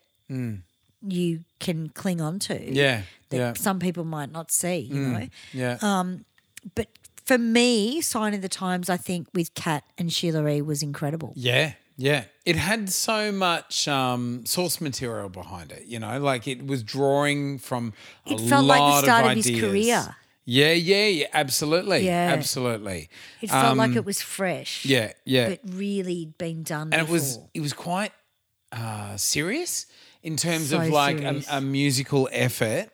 S1: you can cling on to.
S3: Mm. Yeah.
S1: That
S3: Yeah. Mm.
S1: some people might not see, you know.
S3: Yeah.
S1: uh, but for me, Sign of the Times, I think with Kat and Sheila E was incredible.
S3: Yeah, yeah. It had so much um, source material behind it, you know, like it was drawing from a
S1: It felt like the
S3: lot
S1: start of
S3: of
S1: his
S3: ideas.
S1: career.
S3: Yeah, yeah, yeah, absolutely.
S1: Yeah.
S3: Absolutely.
S1: It felt like it was fresh.
S3: Um, Yeah, yeah.
S1: But really been done.
S3: and it
S1: before.
S3: was it was quite uh, serious in terms
S1: So
S3: of like a,
S1: serious.
S3: a musical effort.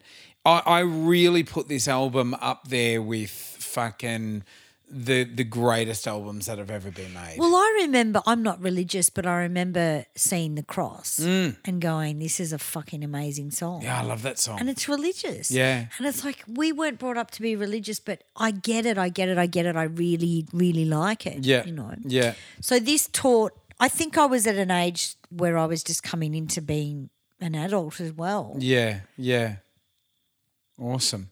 S3: I, I really put this album up there with fucking the the greatest albums that have ever been made.
S1: Well, I remember I'm not religious, but I remember seeing the cross and going, This is a fucking amazing song.
S3: Mm. yeah, I love that song.
S1: And it's religious.
S3: Yeah.
S1: And it's like we weren't brought up to be religious, but I get it, I get it, I get it. I really, really like it.
S3: yeah,
S1: You know.
S3: yeah,
S1: So this taught. I think I was at an age where I was just coming into being an adult as well.
S3: yeah, yeah. Awesome.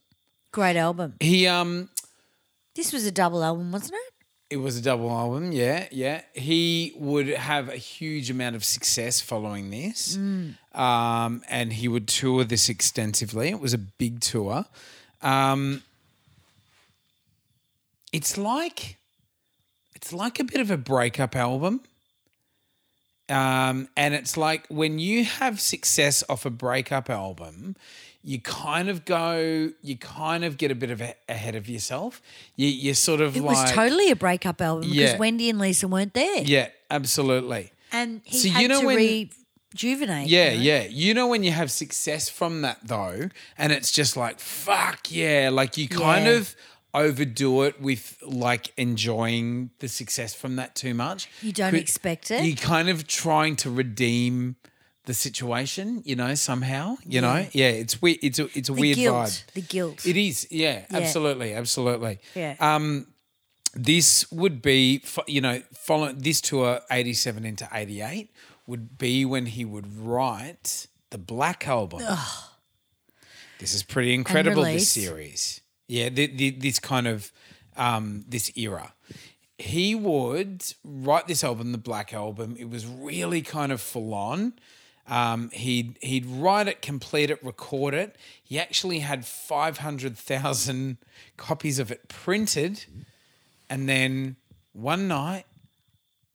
S1: Great album.
S3: He um
S1: This was a double album, wasn't it?
S3: It was a double album, yeah, yeah. He would have a huge amount of success following this,
S1: Mm.
S3: um, and he would tour this extensively. It was a big tour. Um, it's like it's like a bit of a breakup album. Um, and it's like when you have success off a breakup album, you kind of go, you kind of get a bit of a, ahead of yourself. You, you're sort of
S1: It
S3: like,
S1: was totally a breakup album
S3: Yeah.
S1: because Wendy and Lisa weren't there.
S3: yeah, absolutely.
S1: And he
S3: So you
S1: had
S3: know
S1: to
S3: when-
S1: rejuvenate.
S3: Yeah,
S1: you know?
S3: yeah. You know when you have success from that though, and it's just like fuck yeah, like you kind
S1: Yeah.
S3: of overdo it with like enjoying the success from that too much.
S1: You don't
S3: Could-
S1: expect it.
S3: You're kind of trying to redeem the situation, you know, somehow. You know, yeah. It's weird. It's a it's a
S1: The
S3: weird
S1: guilt.
S3: vibe.
S1: The guilt.
S3: It is, yeah,
S1: Yeah.
S3: absolutely, absolutely.
S1: Yeah.
S3: Um, this would be, fo- you know, follow this tour, eighty-seven into eighty-eight, would be when he would write the Black Album. This is pretty incredible. This
S1: release.
S3: series, yeah, the, the, this kind of um, this era. He would write this album, the Black Album. It was really kind of full on. Um, he'd he'd write it, complete it, record it. He actually had five hundred thousand copies of it printed, and then one night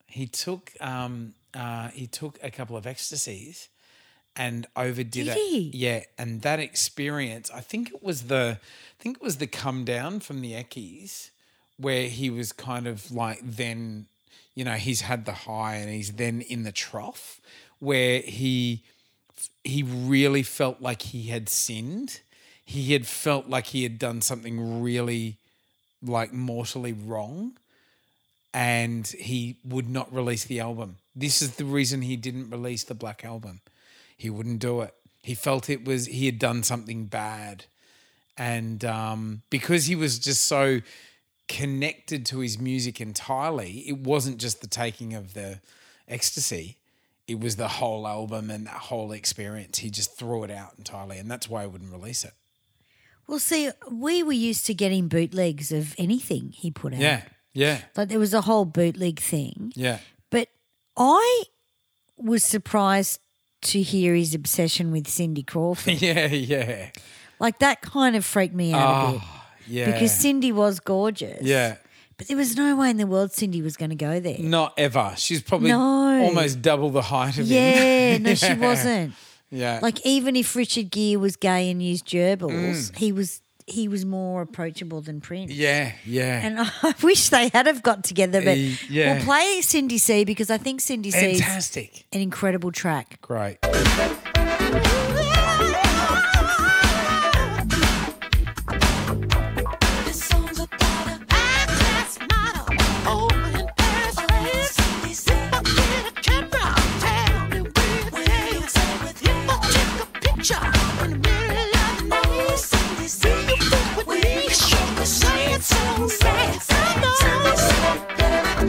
S3: he took um, uh, he took a couple of ecstasies and overdid
S1: Did
S3: it.
S1: he?
S3: Yeah, and that experience, I think it was the I think it was the come down from the Eckies where he was kind of like then, you know, he's had the high and he's then in the trough where he he really felt like he had sinned. He had felt like he had done something really like mortally wrong and he would not release the album. This is the reason he didn't release the black album. He wouldn't do it. He felt it was he had done something bad. And um, because he was just so connected to his music entirely, it wasn't just the taking of the ecstasy, it was the whole album and that whole experience. He just threw it out entirely. And that's why he wouldn't release it.
S1: Well, see, we were used to getting bootlegs of anything he put out.
S3: Yeah. Yeah.
S1: Like there was a whole bootleg thing.
S3: Yeah.
S1: But I was surprised to hear his obsession with Cindy Crawford.
S3: Yeah. Yeah.
S1: like that kind of freaked me out a bit.
S3: Ah, Yeah.
S1: Because Cindy was gorgeous.
S3: yeah.
S1: But there was no way in the world Cindy was going to go there.
S3: Not ever. She's probably
S1: No.
S3: almost double the height of him.
S1: Yeah, no, she wasn't.
S3: Yeah.
S1: Like even if Richard Gere was gay and used gerbils, he was he was more approachable than Prince.
S3: Mm. yeah, yeah.
S1: And I wish they had have got together, but
S3: Uh, yeah.
S1: we'll play Cindy C because I think Cindy C is an
S3: Fantastic.
S1: incredible track.
S3: Great.
S2: This song's about a high-class model, old and fashioned. If I get a camera, tell me where it is. If I take a picture in the middle of the night, will you fuck with me? Show me something so sad. I know.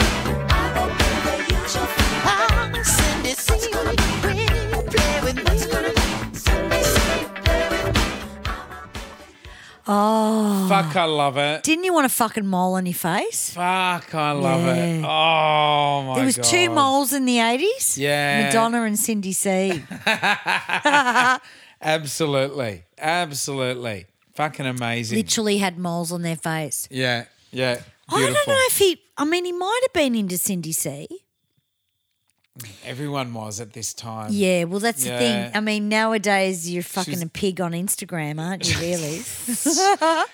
S2: I won't be the usual. I'm Cindy C. Will you play with me? Cindy C, play with me.
S1: Oh,
S3: Fuck, I love it.
S1: didn't you want a fucking mole on your face?
S3: Fuck, I love it.
S1: Yeah.
S3: Oh my god.
S1: There was two moles in the eighties.
S3: Yeah.
S1: Madonna and Cindy C.
S3: Absolutely. Absolutely. Fucking amazing.
S1: literally had moles on their face.
S3: Yeah. Yeah.
S1: I don't
S3: Beautiful.
S1: know if he. I mean, he might have been into Cindy C.
S3: Everyone was at this time.
S1: Yeah, well, that's the
S3: Yeah.
S1: thing. I mean, nowadays you're fucking
S3: She's-
S1: a pig on Instagram, aren't you? Really?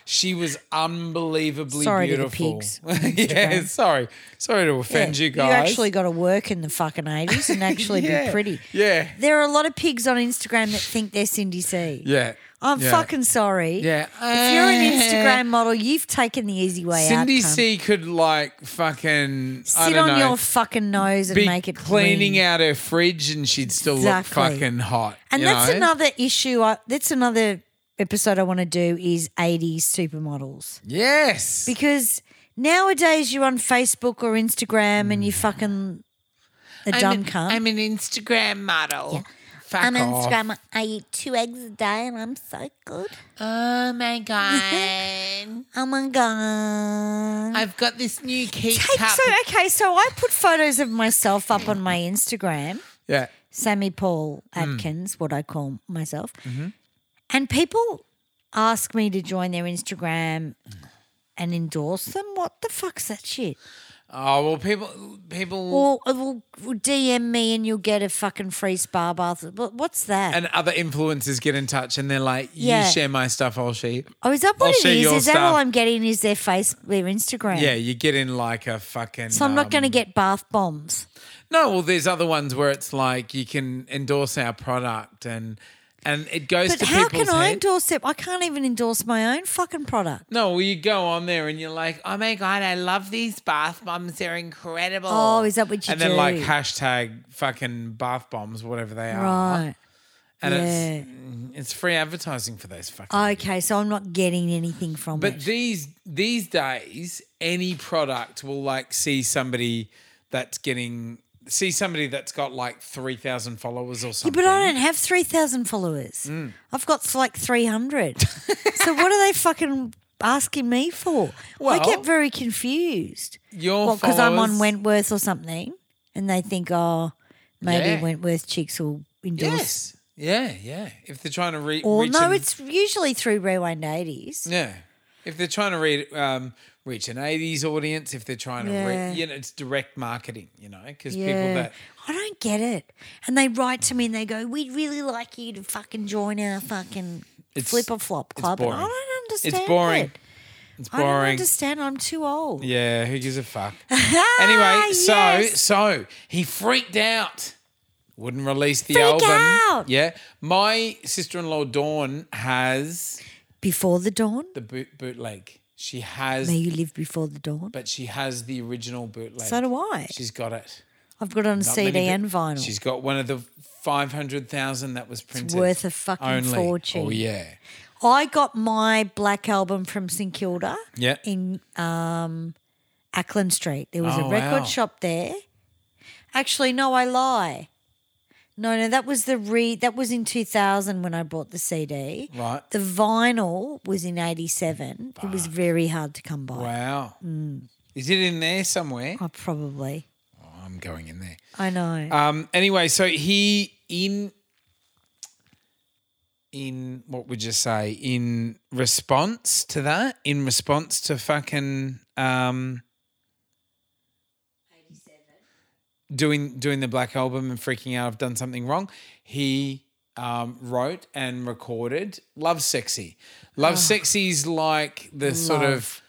S3: She was unbelievably
S1: Sorry to the
S3: beautiful.
S1: pigs
S3: yeah, sorry. Sorry to offend you guys.
S1: actually got to work in the fucking eighties and actually
S3: Yeah.
S1: be pretty.
S3: Yeah.
S1: There are a lot of pigs on Instagram that think they're Cindy C.
S3: Yeah.
S1: I'm
S3: yeah.
S1: fucking sorry.
S3: Yeah. Eh.
S1: If you're an Instagram model, you've taken the easy way out.
S3: Cindy
S1: cunt.
S3: C could like fucking I
S1: Sit
S3: don't
S1: on
S3: know,
S1: your fucking nose and
S3: be
S1: make it
S3: cleaning
S1: clean.
S3: out her fridge and she'd still look
S1: Exactly.
S3: fucking hot.
S1: And
S3: you
S1: that's
S3: know?
S1: another issue. I, that's another episode I want to do is 80s supermodels.
S3: Yes.
S1: Because nowadays you're on Facebook or Instagram and you fucking a dumb cunt.
S3: an Instagram model. Fuck
S1: I'm on
S3: off.
S1: Instagram. I eat two eggs a day and I'm so good.
S5: Oh my god.
S1: Oh my God.
S5: I've got this new keep
S1: Take,
S5: cup.
S1: so, okay, so I put photos of myself up on my Instagram,
S3: Yeah.
S1: Sammy Paul Atkins, what I call myself. And people ask me to join their Instagram and endorse them. What the fuck's that shit?
S3: Oh well, people, people,
S1: Or, or DM me and you'll get a fucking free spa bath. What- What's that?
S3: and other influencers get in touch, and they're like, "You
S1: Yeah.
S3: share my stuff, I'll share." you."
S1: oh, is that what
S3: I'll
S1: it
S3: share
S1: is?
S3: your
S1: Is that all
S3: stuff.
S1: I'm getting is their face, their Instagram?
S3: Yeah, you get in like a fucking.
S1: So I'm not going to
S3: um,
S1: get bath bombs.
S3: No, well, there's other ones where it's like you can endorse our product, and and it goes
S1: But
S3: to
S1: how
S3: people's
S1: can I
S3: head.
S1: endorse it? I can't even endorse my own fucking product.
S3: No, well, you go on there and you're like, oh my God, I love these bath bombs. They're incredible.
S1: Oh, is that what you
S3: And then, like, uh,
S1: do?
S3: hashtag fucking bath bombs, whatever they are.
S1: Right.
S3: And
S1: yeah.
S3: it's, mm, it's free advertising for those fucking.
S1: Okay, so I'm not getting anything from
S3: but
S1: it.
S3: these these days, any product will like see somebody that's getting see somebody that's got like three thousand followers or
S1: Yeah,
S3: something.
S1: but I don't have 3,000 followers.
S3: Mm.
S1: I've got like 300. so what are they fucking asking me for? I
S3: Well-
S1: get very confused.
S3: Your
S1: Well, because I'm on
S3: followers-
S1: Wentworth or something, and they think, oh, maybe
S3: Yeah.
S1: Wentworth chicks will endorse.
S3: Yes. Yeah, yeah. If they're trying to re-
S1: Or
S3: reach
S1: no,
S3: an-
S1: it's usually through Rewind 80s.
S3: Yeah. If they're trying to read, um, reach an 80s audience, if they're trying to
S1: Yeah.
S3: read, you know, it's direct marketing, you know, because people
S1: Yeah.
S3: that,
S1: I don't get it. And they write to me and they go, We'd really like you to fucking join our fucking
S3: It's-
S1: flip or flop
S3: it's
S1: club. And I
S3: boring.
S1: don't understand.
S3: it's boring.
S1: it.
S3: It's
S1: I don't
S3: boring.
S1: understand. I'm too old.
S3: Yeah, who gives a fuck?
S1: Ah,
S3: anyway, so
S1: yes.
S3: so he freaked out. Wouldn't release the
S1: Freak
S3: album.
S1: out.
S3: Yeah. My sister-in-law Dawn has
S1: Before the dawn.
S3: the boot bootleg. She has
S1: May you live before the dawn.
S3: but she has the original bootleg.
S1: So do I.
S3: She's got it.
S1: I've got it on
S3: Not
S1: CD
S3: many
S1: and
S3: peo-
S1: vinyl.
S3: She's got one of the 500,000 that was printed.
S1: worth a fucking
S3: only.
S1: fortune.
S3: Oh, yeah.
S1: I got my black album from St Kilda
S3: Yeah.
S1: in um, Ackland Street. There was
S3: Oh,
S1: a record
S3: wow.
S1: shop there. Actually, no, I lie. No, no, that was the re. That was in two thousand when I bought the CD.
S3: Right.
S1: The vinyl was in eighty seven. It was very hard to come by.
S3: Wow.
S1: Mm.
S3: Is it in there somewhere?
S1: I probably.
S3: Oh, I'm going in there.
S1: I know.
S3: Um, anyway, so he in in what would you say in response to that? In response to fucking um, doing doing the black album and freaking out. I've done something wrong. He um, wrote and recorded "Love Sexy." "Love Sexy's like the sort of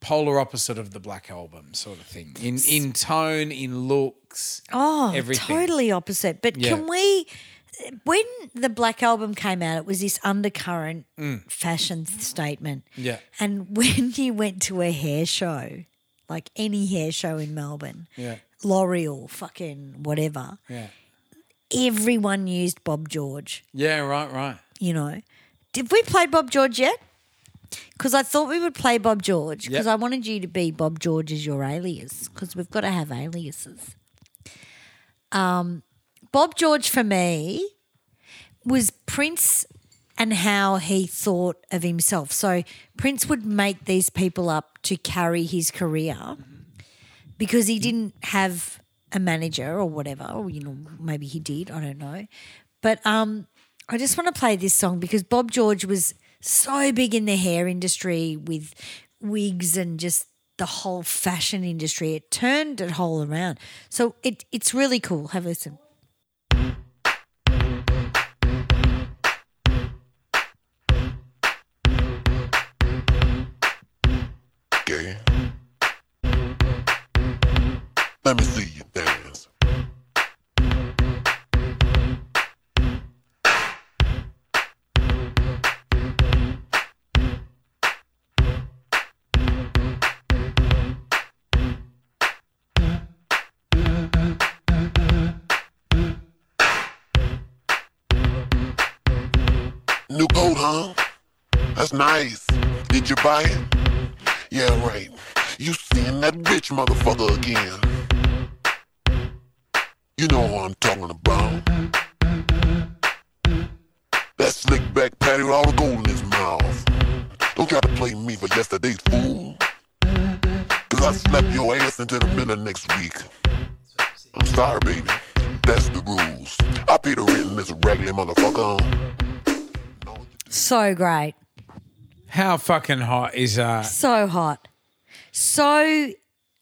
S3: polar opposite of the black album sort of thing in in tone, in looks.
S1: Oh,
S3: everything.
S1: totally opposite. But
S3: Yeah.
S1: can we? When the Black Album came out, it was this undercurrent fashion statement.
S3: Mm. Yeah.
S1: And when you went to a hair show, like any hair show in Melbourne,
S3: Yeah.
S1: L'Oreal, fucking whatever,
S3: Yeah.
S1: everyone used Bob George,
S3: Yeah, right, right.
S1: you know. Did we play Bob George yet? Because I thought we would play Bob George because
S3: Yep.
S1: I wanted you to be Bob George as your alias because we've got to have aliases. Um, Bob George for me was Prince and how he thought of himself. So Prince would make these people up to carry his career because he didn't have a manager or whatever, or you know, maybe he did, I don't know. But um I just want to play this song because Bob George was so big in the hair industry with wigs and just the whole fashion industry. It turned it whole around. So it it's really cool. Have a listen.
S6: Girl. Let me see you dance. New coat, huh? That's nice. Did you buy it? Yeah, right. You seeing that bitch motherfucker again. You know what I'm talking about. That slick back patty with all the gold in his mouth. Don't try to play me for yesterday's fool. Cause I slap your ass into the middle of next week. I'm sorry, baby. That's the rules. I pay the rent in this raggedy motherfucker.
S1: So great.
S3: How fucking hot is uh, that?
S1: So hot. So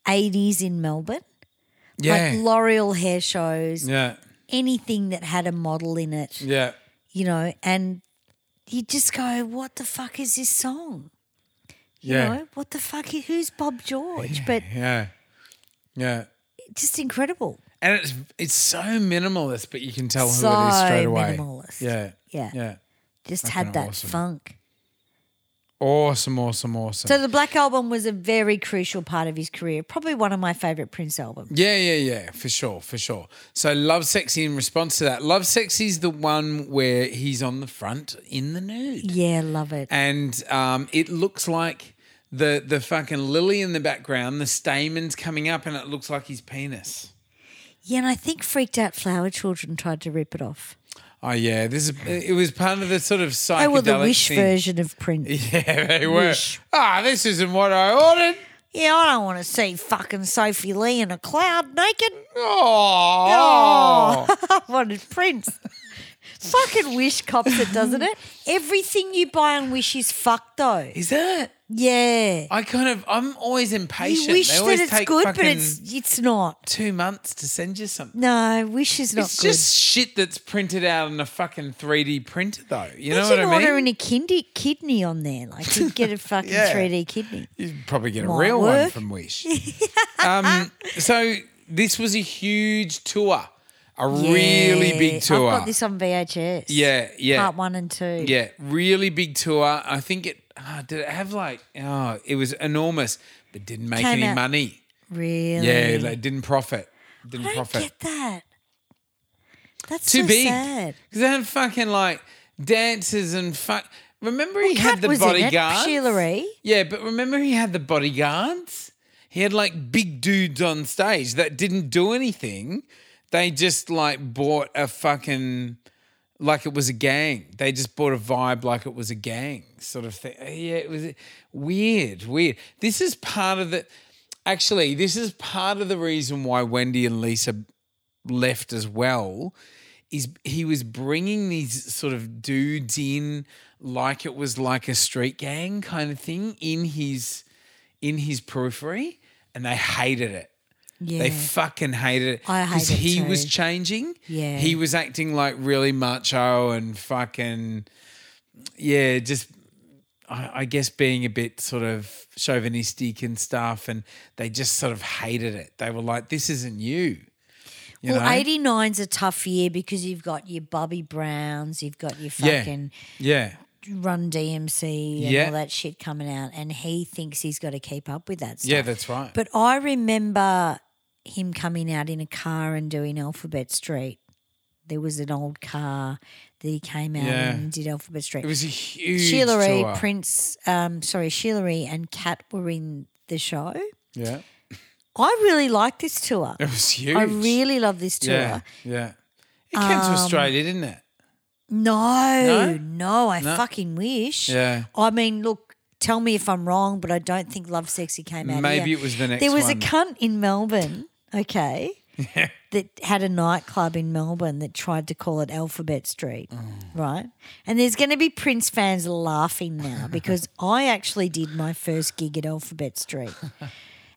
S1: 80s in Melbourne.
S3: Yeah.
S1: Like L'Oreal hair shows,
S3: yeah.
S1: anything that had a model in it,
S3: Yeah.
S1: you know, and you just go, what the fuck is this song? You
S3: Yeah.
S1: know, what the fuck? Who's Bob George? But
S3: Yeah. Yeah.
S1: just incredible.
S3: And it's it's so minimalist, but you can tell who it is
S1: So
S3: straight away.
S1: minimalist.
S3: Yeah.
S1: Yeah.
S3: Yeah.
S1: Just
S3: Fucking
S1: had that
S3: awesome.
S1: funk.
S3: Awesome, awesome, awesome.
S1: So the Black Album was a very crucial part of his career. Probably one of my favorite Prince albums.
S3: Yeah, yeah, yeah, for sure, for sure. So Love Sexy in response to that. Love Sexy is the one where he's on the front in the nude.
S1: Yeah, love it.
S3: And um, it looks like the the fucking lily in the background, the stamen's coming up and it looks like his penis.
S1: Yeah, and I think freaked out flower children tried to rip it off.
S3: Oh yeah, this is it was part of the sort of psychedelic
S1: Oh well, the wish
S3: thing.
S1: version of Prince.
S3: Yeah, they were. Ah, this isn't what I ordered.
S1: Yeah, I don't want to see fucking Sophie Lee in a cloud naked.
S3: Oh.
S1: Oh, I wanted Prince. fucking Wish cops it, doesn't it? Everything you buy on Wish is fucked though.
S3: Is that?
S1: Yeah.
S3: I kind of I'm always impatient.
S1: You wish
S3: they
S1: that
S3: always
S1: it's
S3: take
S1: good,
S3: fucking
S1: but it's it's not.
S3: two months to send you something.
S1: No, Wish is not
S3: it's
S1: good.
S3: just shit that's printed out on a fucking 3D printer, though. You know what
S1: Imagine
S3: I mean?
S1: ordering a kidney, kidney on there. Like you'd get a fucking
S3: Yeah.
S1: 3D kidney.
S3: you probably get a
S1: Might
S3: real one
S1: work.
S3: from Wish. um, so this was a huge tour, a really
S1: Yeah.
S3: big tour.
S1: I've got this on VHS.
S3: yeah, yeah,
S1: Part one and two.
S3: yeah, really big tour. I think it ah, did it have like oh, it was enormous, but didn't make
S1: Came
S3: any
S1: out-
S3: money.
S1: Really?
S3: Yeah, they didn't profit. Didn't
S1: I don't
S3: profit.
S1: get that. That's
S3: too
S1: so
S3: big.
S1: sad.
S3: Because they had fucking like dancers and fuck. Remember he
S1: Cat
S3: had the
S1: was in it,
S3: bodyguards.
S1: Sheila E. Rae.
S3: Yeah, but remember he had the bodyguards. He had like big dudes on stage that didn't do anything. They just like bought a fucking like it was a gang. They just bought a vibe like it was a gang sort of thing. Yeah, it was weird, weird. This is part of the actually, this is part of the reason why Wendy and Lisa left as well is he was bringing these sort of dudes in like it was like a street gang kind of thing in his in his periphery and they hated it
S1: Yeah.
S3: they fucking hated it
S1: I hate it
S3: he was
S1: too.
S3: changing
S1: Yeah.
S3: he was acting like really macho and fucking yeah just I, I guess being a bit sort of chauvinistic and stuff and they just sort of hated it they were like this isn't you you
S1: well,
S3: know?
S1: 89's a tough year because you've got your Bobby Browns, you've got your
S3: Yeah.
S1: fucking
S3: Yeah.
S1: Run DMC and
S3: Yeah.
S1: all that shit coming out, and he thinks he's got to keep up with that stuff.
S3: Yeah, that's right.
S1: But I remember him coming out in a car and doing Alphabet Street. There was an old car that he came out
S3: Yeah.
S1: and did Alphabet Street.
S3: it was a huge
S1: Sheila Rae,
S3: tour.
S1: Prince, um, sorry, Sheila Rae and Kat were in the show.
S3: Yeah.
S1: I really like this tour.
S3: It was huge.
S1: I really love this tour. Um,
S3: Yeah. Yeah. It came to Australia, didn't it?
S1: No,
S3: No?
S1: no, I fucking wish.
S3: Yeah.
S1: I mean, look, tell me if I'm wrong, but I don't think Love Sexy came out.
S3: Maybe
S1: here.
S3: it was the next
S1: There was
S3: one.
S1: a cunt in Melbourne, okay, that had a nightclub in Melbourne that tried to call it Alphabet Street,
S3: Oh.
S1: right? And there's going to be Prince fans laughing now because I actually did my first gig at Alphabet Street.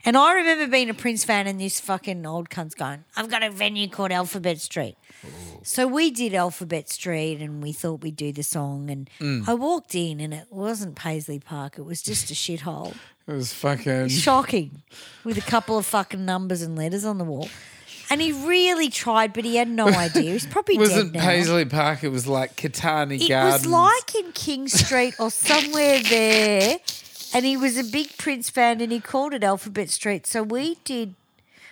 S1: And I remember being a Prince fan and this fucking old cunt's going, I've got a venue called Alphabet Street.
S3: Oh.
S1: So we did Alphabet Street and we thought we'd do the song. And
S3: Mm.
S1: I walked in and it wasn't Paisley Park, it was just a shithole.
S3: It was fucking.
S1: Shocking. With a couple of fucking numbers and letters on the wall. And he really tried, but he had no idea. He's probably
S3: It wasn't
S1: dead now.
S3: Paisley Park. It was like Katani
S1: It was
S3: Gardens.
S1: like in King Street or somewhere there. And he was a big Prince fan and he called it Alphabet Street. So we did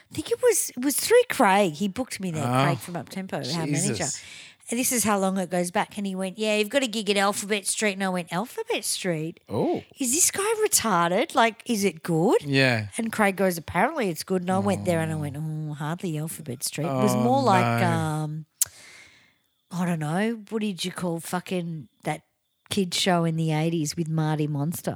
S1: I think it was it was through Craig. He booked me there, Craig from Uptempo, our manager.
S3: Ah. Jesus.
S1: And this is how long it goes back. And he went, Yeah, you've got a gig at Alphabet Street. And I went, Alphabet Street?
S3: Oh.
S1: Is this guy retarded? Like, is it good?
S3: Yeah.
S1: And Craig goes, apparently it's good. And I went there and I went, oh, hardly Alphabet Street. It was
S3: Oh,
S1: more like,
S3: no.
S1: um, I don't know, what did you call fucking that kid show in the 80s with Marty Monster?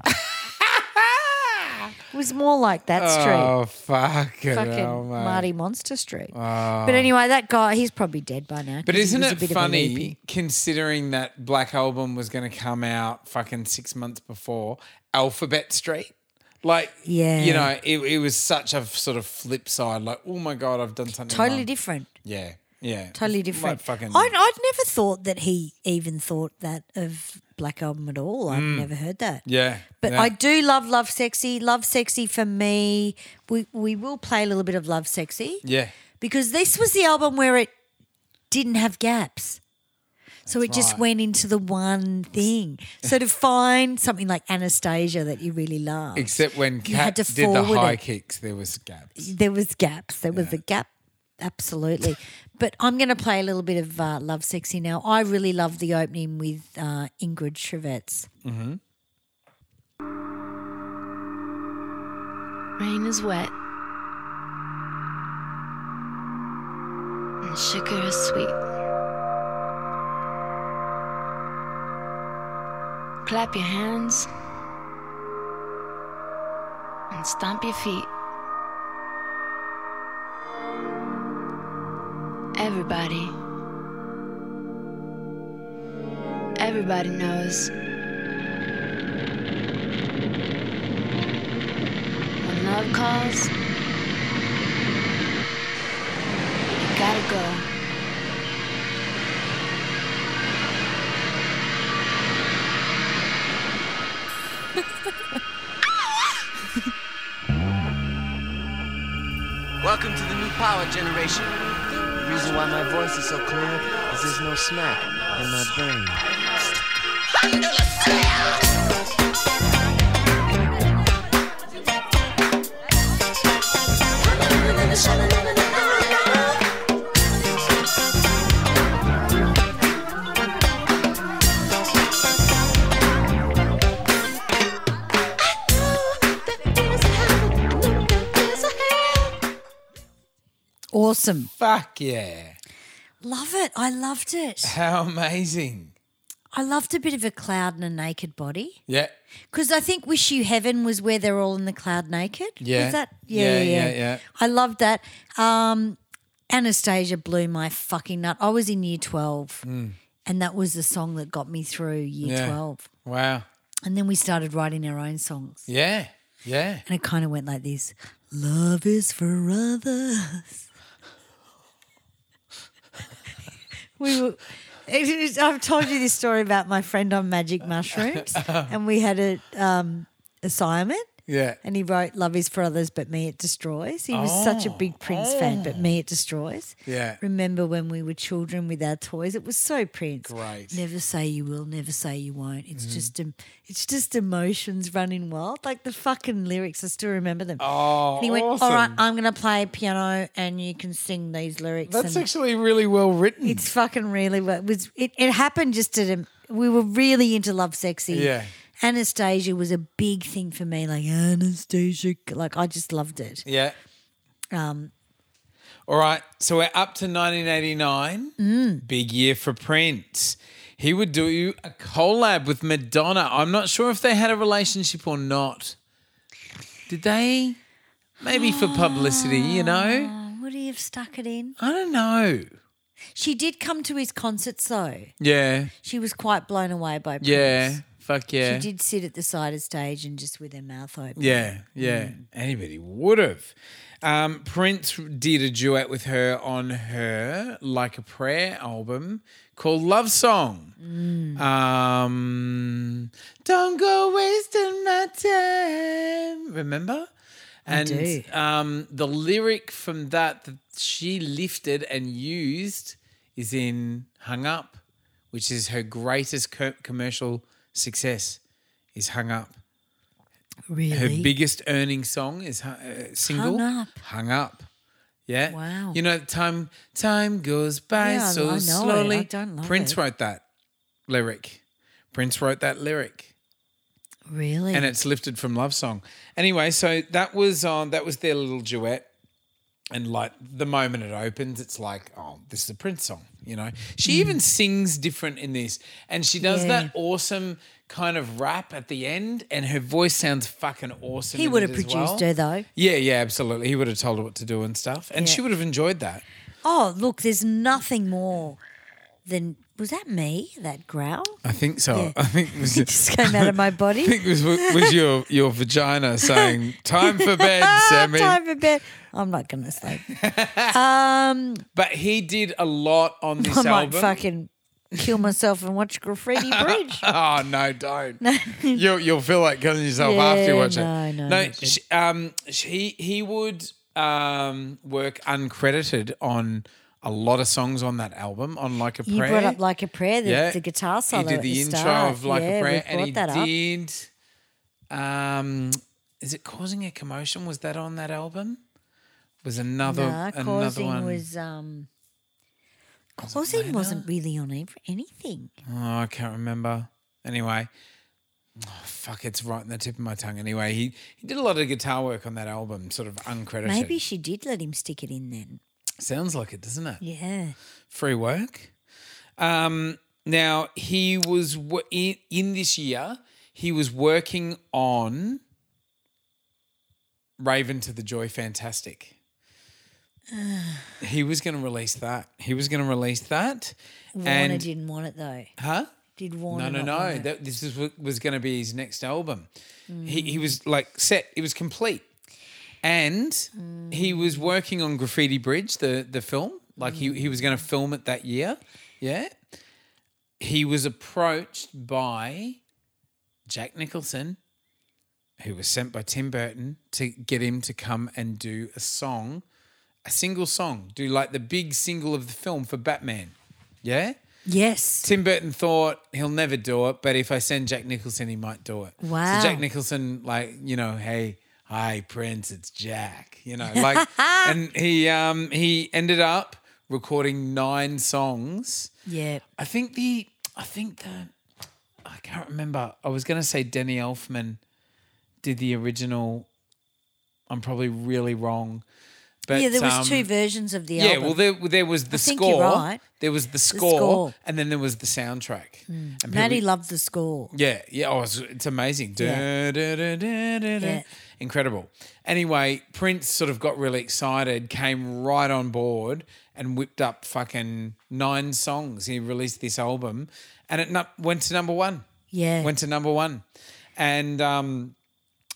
S1: it was more like that street.
S3: Oh, fucking,
S1: fucking
S3: hell, mate. Oh.
S1: Marty Monster Street. But anyway, that guy, he's probably dead by now.
S3: But
S1: 'cause he
S3: isn't
S1: was a
S3: it
S1: bit of a loopy.
S3: funny considering that Black Album was going to come out fucking six months before Alphabet Street? Like,
S1: Yeah.
S3: you know, it, it was such a f- sort of flip side. Like, oh my god, I've done something
S1: Totally
S3: wrong.
S1: different.
S3: Yeah, yeah,
S1: Totally
S3: Like
S1: different.
S3: fucking,
S1: I'd, I'd never thought that he even thought that of Black Album at all. I've never heard that.
S3: Mm. yeah.
S1: But
S3: yeah.
S1: I do love Love Sexy. Love Sexy for me. We we will play a little bit of Love Sexy
S3: yeah,
S1: because this was the album where it didn't have gaps. So it just
S3: right.
S1: went into the one thing. So to find something like Anastasia that you really love,
S3: except when
S1: You had
S3: Cat
S1: to
S3: did the
S1: forward
S3: high
S1: it.
S3: kicks, there was gaps.
S1: there was gaps. There was a gap, absolutely. but I'm going to play a little bit of uh, Love Sexy now. I really love the opening with uh, Ingrid Shrevetz.
S7: Rain is wet. And sugar is sweet. Clap your hands and stomp your feet. Everybody. Everybody knows when love calls, you gotta go.
S8: Welcome to the new power generation. The reason why my voice is so clear is there's no smack in my brain.
S1: Awesome.
S3: Fuck yeah!
S1: Love it. I loved it.
S3: How amazing!
S1: I loved a bit of a cloud and a naked body.
S3: Yeah,
S1: Because I think Wish You Heaven was where they're all in the cloud naked.
S3: Yeah.
S1: Was that?
S3: Yeah, yeah, yeah.
S1: I loved that. Um, Anastasia blew my fucking nut. I was in year 12, and that was the song that got me through year
S3: Hmm. Yeah.
S1: 12.
S3: wow.
S1: And then we started writing our own songs.
S3: Yeah, yeah.
S1: And it kind of went like this Love is for others. we were. It is, I've told you this story about my friend on magic mushrooms, and we had a um, assignment,
S3: Yeah.
S1: and he wrote "Love is for others, but me it destroys." He was such a big Prince fan, but me it destroys.
S3: Oh. Yeah.
S1: Remember when we were children with our toys? It was so Prince.
S3: Great. Mm-hmm.
S1: Never say you will. Never say you won't. It's just em- it's just emotions running wild. Like the fucking lyrics, I still remember them.
S3: Oh,
S1: and he went,
S3: awesome.
S1: "All right, I'm gonna play piano, and you can sing these lyrics."
S3: That's
S1: and
S3: actually really well written.
S1: it's fucking really well. It was it, it happened just at a, we were really into love sexy.
S3: Yeah.
S1: Anastasia was a big thing for me. Like Anastasia, like I just loved it.
S3: yeah.
S1: Um,
S3: All right, so we're up to 1989.
S1: Mm.
S3: Big year for Prince. He would do a collab with Madonna. I'm not sure if they had a relationship or not. Did they? Maybe for publicity, you know?
S1: would he have stuck it in?
S3: I don't know.
S1: She did come to his concerts though.
S3: Yeah,
S1: She was quite blown away by Prince.
S3: yeah. Fuck yeah.
S1: She did sit at the side of stage and just with her mouth open.
S3: Yeah, yeah. Anybody would have. Um, Prince did a duet with her on her Like a Prayer album called Love Song. Um, Don't go wasting my time. Remember? And
S1: do.
S3: Um, the lyric from that that she lifted and used is in Hung Up, which is her greatest co- commercial success, is Hung Up. Her
S1: Really?
S3: biggest earning song is hu- uh, single.
S1: Hung Up.
S3: Hung Up. Yeah.
S1: Wow.
S3: You know, time time goes by
S1: Yeah, I-
S3: so
S1: I know it. I
S3: slowly.
S1: don't love
S3: Prince
S1: it.
S3: wrote that lyric. Prince wrote that lyric,
S1: really?
S3: and it's lifted from Love Song. Anyway, so that was on. That was their little duet. and like the moment it opens, it's like, oh, this is a Prince song, you know. She even sings different in this, and she does
S1: Mm. Yeah.
S3: that awesome kind of rap at the end, and her voice sounds fucking awesome.
S1: He
S3: in
S1: would
S3: it
S1: have
S3: as
S1: produced
S3: well.
S1: her though.
S3: Yeah, yeah, absolutely. He would have told her what to do and stuff, and
S1: Yeah.
S3: she would have enjoyed that.
S1: Oh, look, there's nothing more than was that me? That growl?
S3: I think so.
S1: Yeah.
S3: I think it was
S1: It just came out of my
S3: I
S1: body.
S3: think it was, was your your vagina saying time for bed, Sammy.
S1: Time for bed. I'm not gonna sleep.
S3: But he did a lot on this
S1: I might
S3: album.
S1: fucking kill myself and watch Graffiti Bridge.
S3: Oh no, don't. you'll you'll feel like killing yourself after you
S1: Yeah,
S3: watch
S1: no,
S3: it.
S1: no,
S3: no.
S1: not good.
S3: sh- um, she, he would um work uncredited on a lot of songs on that album. On like a
S1: You
S3: prayer.
S1: brought up like a prayer, the,
S3: yeah,
S1: the guitar solo.
S3: He did
S1: at
S3: the, intro
S1: start.
S3: of like
S1: yeah,
S3: a prayer,
S1: we
S3: and he
S1: brought that up.
S3: did. Um, is it causing a commotion? Was that on that album? Was another
S1: Nah,
S3: another
S1: causing
S3: one?
S1: was um, causing wasn't really on ev- anything.
S3: Oh, I can't remember. Anyway, oh, fuck, it's right in the tip of my tongue. Anyway, he, he did a lot of guitar work on that album, sort of uncredited.
S1: Maybe she did let him stick it in then.
S3: Sounds like it, doesn't it?
S1: Yeah.
S3: Free work. Um, now, he was wo- in, in this year, he was working on Raven to the Joy Fantastic. he was going to release that. He was going to release that.
S1: Warner didn't want it though.
S3: Huh?
S1: Did Warner?
S3: No,
S1: not
S3: no,
S1: want
S3: no.
S1: it?
S3: That, this is, what was going to be his next album. He, he was like set. It was complete, and he was working on Graffiti Bridge, the the film. Like he he was going to film it that year. Yeah, he was approached by Jack Nicholson, who was sent by Tim Burton to get him to come and do a song, a single song, do like the big single of the film for Batman. Yeah.
S1: yes.
S3: Tim Burton thought he'll never do it, but if I send Jack Nicholson, he might do it.
S1: Wow.
S3: So Jack Nicholson, like, you know, hey, hi Prince, it's Jack. You know, like, and he um he ended up recording nine songs.
S1: Yeah.
S3: I think the I think the I can't remember. I was gonna say Denny Elfman did the original. I'm probably really wrong. But
S1: yeah. There was
S3: um,
S1: two versions of the
S3: yeah,
S1: album.
S3: well, there there was the
S1: think
S3: score.
S1: you're right.
S3: There was the score,
S1: score. Hmm.
S3: and then there was the soundtrack. And people-
S1: Maddie loved the score.
S3: yeah, yeah, oh, it's, it's amazing. Da-
S1: Yeah.
S3: da- da- da- da- da.
S1: Yeah.
S3: Incredible. Anyway, Prince sort of got really excited, came right on board, and whipped up fucking nine songs. He released this album, and it nu- went to number one
S1: Yeah.
S3: went to number one and um,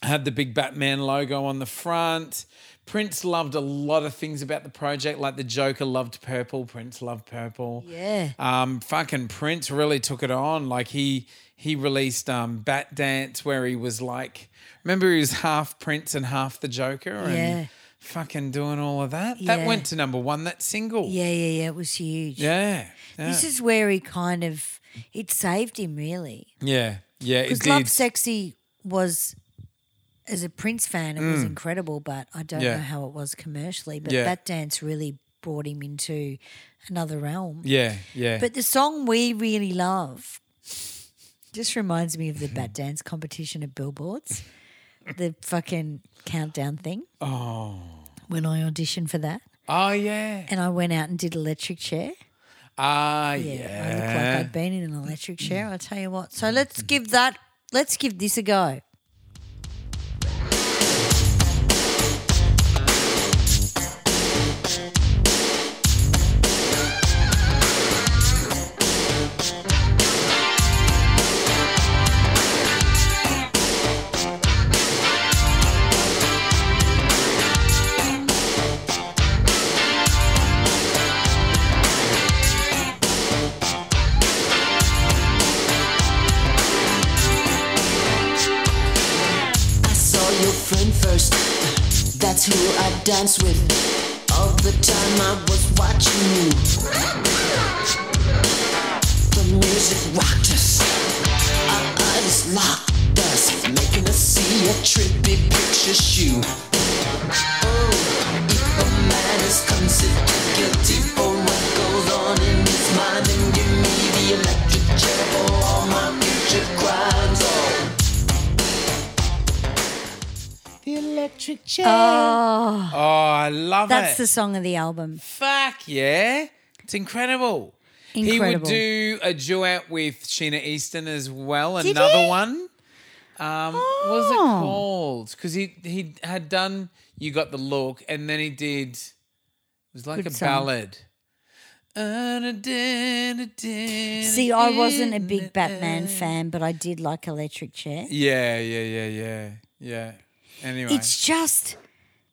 S3: had the big Batman logo on the front. Prince loved a lot of things about the project, like the Joker loved purple. Prince loved purple.
S1: Yeah.
S3: Um, fucking Prince really took it on. Like he he released um, Bat Dance, where he was like, remember he was half Prince and half the Joker,
S1: Yeah.
S3: and fucking doing all of that.
S1: Yeah.
S3: That went to number one. That single.
S1: yeah. Yeah. Yeah. It was huge.
S3: Yeah. Yeah.
S1: This is where he kind of it saved him really
S3: yeah. Yeah. It
S1: because
S3: did.
S1: Love Sexy was. As a Prince fan, it was incredible, but I don't
S3: Mm. Yeah.
S1: know how it was commercially. But
S3: Yeah.
S1: Bat Dance really brought him into another realm.
S3: yeah. Yeah.
S1: But the song we really love just reminds me of the bat dance competition at Billboards, the fucking countdown thing. Oh. When I auditioned for that
S3: oh yeah.
S1: and I went out and did electric chair.
S3: Ah, yeah. Mm.
S1: I looked like I'd been in an electric chair, I'll tell you what. So let's give that, let's give this a go.
S4: I saw your friend first. That's who I danced with. All the time I was watching you. The music rocked us. Our eyes locked us, making us see a trippy picture shoe. Oh, if a man is considered guilty for what goes on in his mind, then give me the electric chair for all my future crimes. Oh.
S3: The
S5: electric chair.
S1: Oh,
S3: Oh, I love
S1: that's
S3: it.
S1: the song of the album.
S3: Fuck yeah. It's incredible. He would
S1: Incredible.
S3: do a duet with Sheena Easton as well,
S1: Did
S3: another
S1: he?
S3: one. Um, What was it
S1: Oh.
S3: called? Because he, he had done You Got the Look, and then he did, it was like
S1: Good
S3: a
S1: song.
S3: ballad. See,
S1: See, I wasn't a big Batman fan, but I did like Electric Chair.
S3: Yeah, yeah, yeah, yeah, yeah. Anyway, it's
S1: It's just,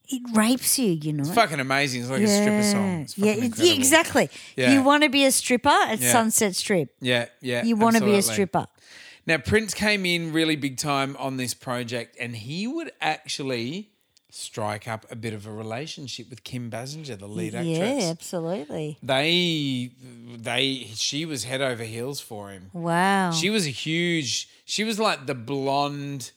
S1: it rapes you, you know.
S3: fucking amazing. It's like a stripper song. It's
S1: yeah,
S3: fucking
S1: it- yeah,
S3: incredible.
S1: exactly.
S3: Yeah.
S1: You want to be a stripper at
S3: Yeah.
S1: Sunset Strip.
S3: Yeah, yeah.
S1: You want to be a
S3: absolutely.
S1: stripper.
S3: Now, Prince came in really big time on this project, and he would actually strike up a bit of a relationship with Kim Basinger, the lead actress.
S1: Yeah, absolutely.
S3: They, they, she was head over heels for him.
S1: Wow.
S3: She was a huge. She was like the blonde,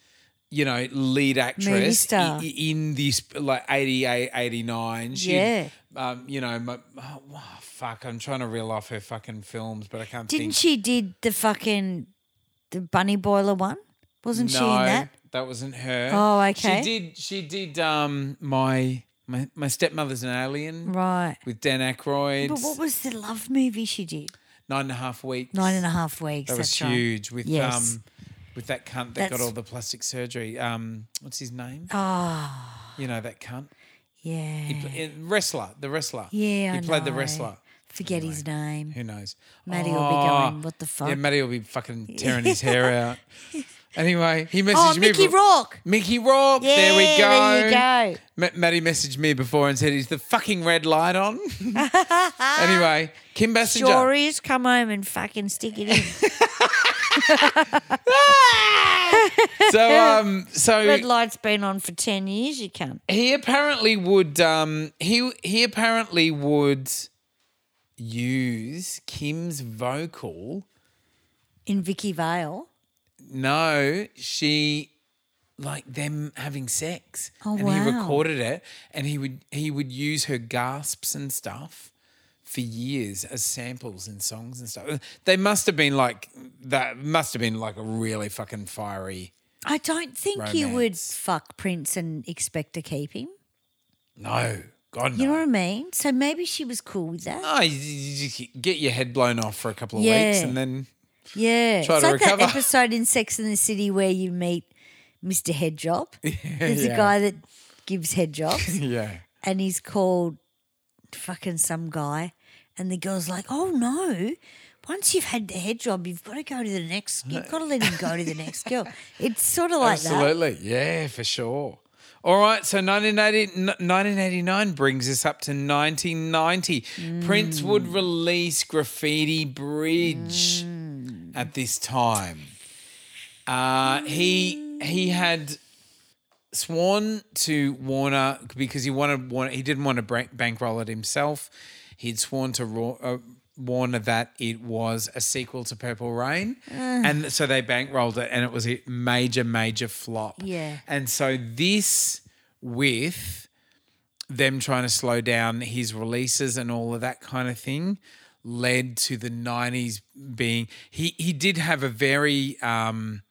S3: you know, lead actress
S1: star.
S3: i- i- in this like 88, 89. She,
S1: Yeah.
S3: Um, you know, my, oh, wow, fuck. I'm trying to reel off her fucking films, but I can't
S1: Didn't
S3: think.
S1: she did the fucking the bunny boiler one? Wasn't she in that?
S3: wasn't her.
S1: Oh, okay.
S3: She did. She did. Um, my my my stepmother's an alien.
S1: Right.
S3: With Dan Aykroyd.
S1: But what was the love movie she did?
S3: nine and a half weeks.
S1: Nine and a half weeks.
S3: That was
S1: that's right.
S3: huge. With
S1: Yes.
S3: um, with that cunt that got
S1: That's-
S3: all the plastic surgery. Um, what's his name?
S1: Oh,
S3: You know that cunt.
S1: yeah.
S3: He pl- eh, wrestler. The wrestler.
S1: Yeah,
S3: He
S1: I
S3: played the
S1: know.
S3: wrestler.
S1: Forget his name.
S3: Who knows? Oh.
S1: Maddie will be going, "What the
S3: Yeah,
S1: fuck?"
S3: Maddie will be fucking tearing his hair out. Anyway, he messaged
S1: Oh,
S3: me.
S1: Mickey
S3: bef-
S1: Rourke.
S3: Mickey Rourke.
S1: Yeah,
S3: there we go.
S1: There you go.
S3: Ma- Maddie messaged me before and said, "Is the fucking red light on?" anyway, Kim Basinger.
S1: Sure is. Come home and fucking stick it in.
S3: So, um, so
S1: Red light's been on for ten years. You can't.
S3: he apparently would. Um, he he apparently would use Kim's vocal.
S1: In Vicky Vale.
S3: No, she like them having sex,
S1: Oh,
S3: and he
S1: wow.
S3: recorded it, and he would he would use her gasps and stuff for years as samples in songs and stuff. They must have been like that. Must have been like a really fucking fiery.
S1: I don't think you would
S3: Romance.
S1: fuck Prince and expect to keep him.
S3: No, God no.
S1: You know what I mean? So maybe she was cool with that.
S3: no, you- you just get your head blown off for a couple of weeks,
S1: Yeah.
S3: and then
S1: Yeah.
S3: Try
S1: it's
S3: to
S1: like
S3: recover.
S1: that episode in Sex and the City where you meet Mr. Head Job. There's a guy that gives head jobs
S3: yeah,
S1: and he's called fucking some guy. And the girl's like, oh no, once you've had the head job, you've got to go to the next, you've got to let him go to the next girl. It's sort of like that.
S3: absolutely, yeah, for sure. All right, so 1980, n- 1989 brings us up to 1990. Prince would release Graffiti Bridge
S1: Mm.
S3: at this time. Uh, he he had sworn to Warner because he wanted Warner. He didn't want to bank- bankroll it himself. He'd sworn to Ro- uh, Warner that it was a sequel to Purple Rain, and so they bankrolled it, and it was a major, major flop.
S1: Yeah.
S3: and so this with them trying to slow down his releases and all of that kind of thing led to the 90s being he he did have a very um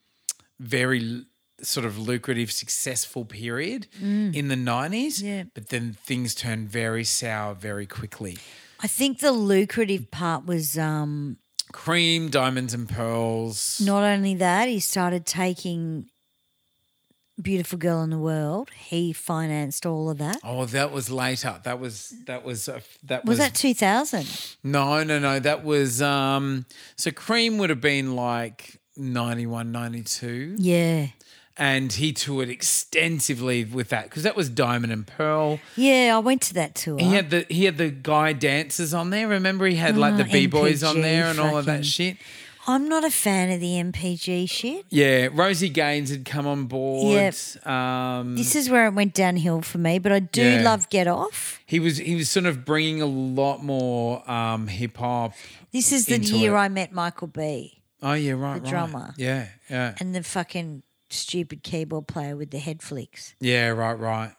S3: very l- sort of lucrative, successful period in the
S1: Mm.
S3: 90s.
S1: Yeah.
S3: But then things turned very sour very quickly.
S1: I think the lucrative part was um,
S3: Cream, diamonds, and pearls.
S1: Not only that, he started taking Beautiful Girl in the World. He financed all of that.
S3: Oh, that was later. That was that was uh, that
S1: Was
S3: was,
S1: that 2000?
S3: no no no. That was um. So cream would have been like 91, 92.
S1: Yeah.
S3: and he toured extensively with that because that was diamond and pearl.
S1: Yeah, I went to that tour.
S3: He had the he had the guy dancers on there. Remember, he had like the
S1: Ah,
S3: b boys on
S1: MPG
S3: there and all of that
S1: fucking-
S3: shit.
S1: I'm not a fan of the MPG shit.
S3: Yeah, Rosie Gaines had come on board. Um,
S1: This is where it went downhill for me, but I do
S3: Yeah.
S1: love Get Off.
S3: he was he was sort of bringing a lot more um, hip hop.
S1: This is the
S3: Into
S1: year
S3: it.
S1: I met Michael B
S3: Oh yeah, right, right.
S1: drummer.
S3: Yeah, yeah,
S1: and the fucking stupid keyboard player with the head flicks.
S3: yeah, right, right.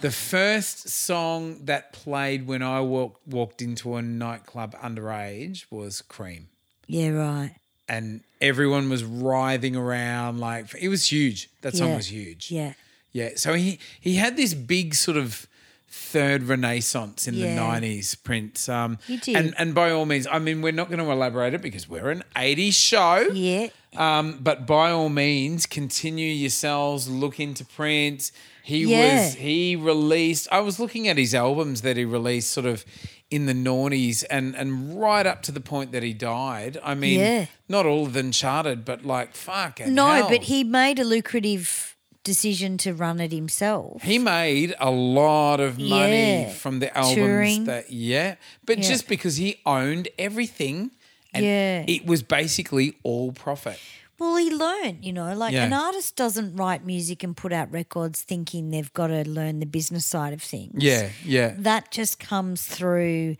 S3: The first song that played when I walked walked into a nightclub underage was Cream,
S1: Yeah, right.
S3: and everyone was writhing around like it was huge. That song
S1: Yeah.
S3: was huge.
S1: Yeah.
S3: Yeah. So he he had this big sort of third renaissance in
S1: Yeah.
S3: the nineties, Prince. Um
S1: He did.
S3: and and by all means, I mean we're not going to elaborate it because we're an 80s show.
S1: Yeah.
S3: Um, but by all means, continue yourselves, look into Prince. He
S1: Yeah.
S3: was he released I was looking at his albums that he released sort of in the noughties and and right up to the point that he died. I mean
S1: Yeah.
S3: not all of them charted, but like fuck.
S1: No, but he made a lucrative decision to run it himself.
S3: He made a lot of money
S1: Yeah.
S3: from the albums
S1: Touring.
S3: that yeah, but
S1: Yeah.
S3: just because he owned everything and
S1: Yeah.
S3: it was basically all profit.
S1: Well, he learned, you know, like
S3: Yeah.
S1: an artist doesn't write music and put out records thinking they've got to learn the business side of things.
S3: Yeah, yeah.
S1: That just comes through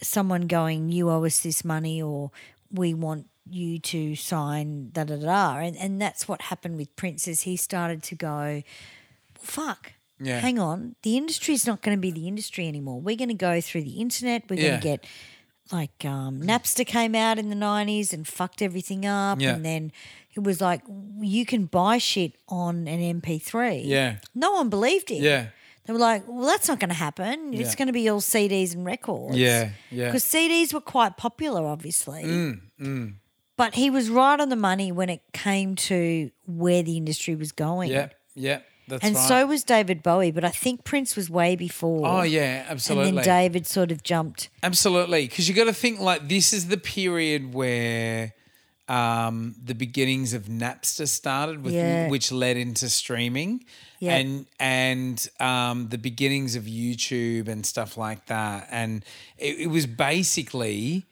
S1: someone going, You owe us this money, or we want you to sign da da da. And, and that's what happened with Prince is he started to go, well, Fuck.
S3: Yeah.
S1: Hang on. The industry's not going to be the industry anymore. We're going to go through the internet. We're
S3: Yeah.
S1: going to get like um, Napster came out in the 90s and fucked everything up.
S3: Yeah.
S1: And then it was like, you can buy shit on an MP3.
S3: Yeah.
S1: No one believed it.
S3: Yeah.
S1: They were like, well, that's not going to happen. It's
S3: Yeah.
S1: going to be all CDs and records.
S3: Yeah, yeah. Mm,
S1: Because CDs were quite popular, obviously. But he was right on the money when it came to where the industry was going.
S3: Yeah, yeah. That's
S1: And
S3: right.
S1: so was David Bowie, but I think Prince was way before.
S3: Oh yeah, absolutely.
S1: And then David sort of jumped.
S3: Absolutely, because you got to think like this is the period where um, the beginnings of Napster started, with,
S1: Yeah.
S3: which led into streaming,
S1: Yeah.
S3: and and um, the beginnings of YouTube and stuff like that. And it, it was basically,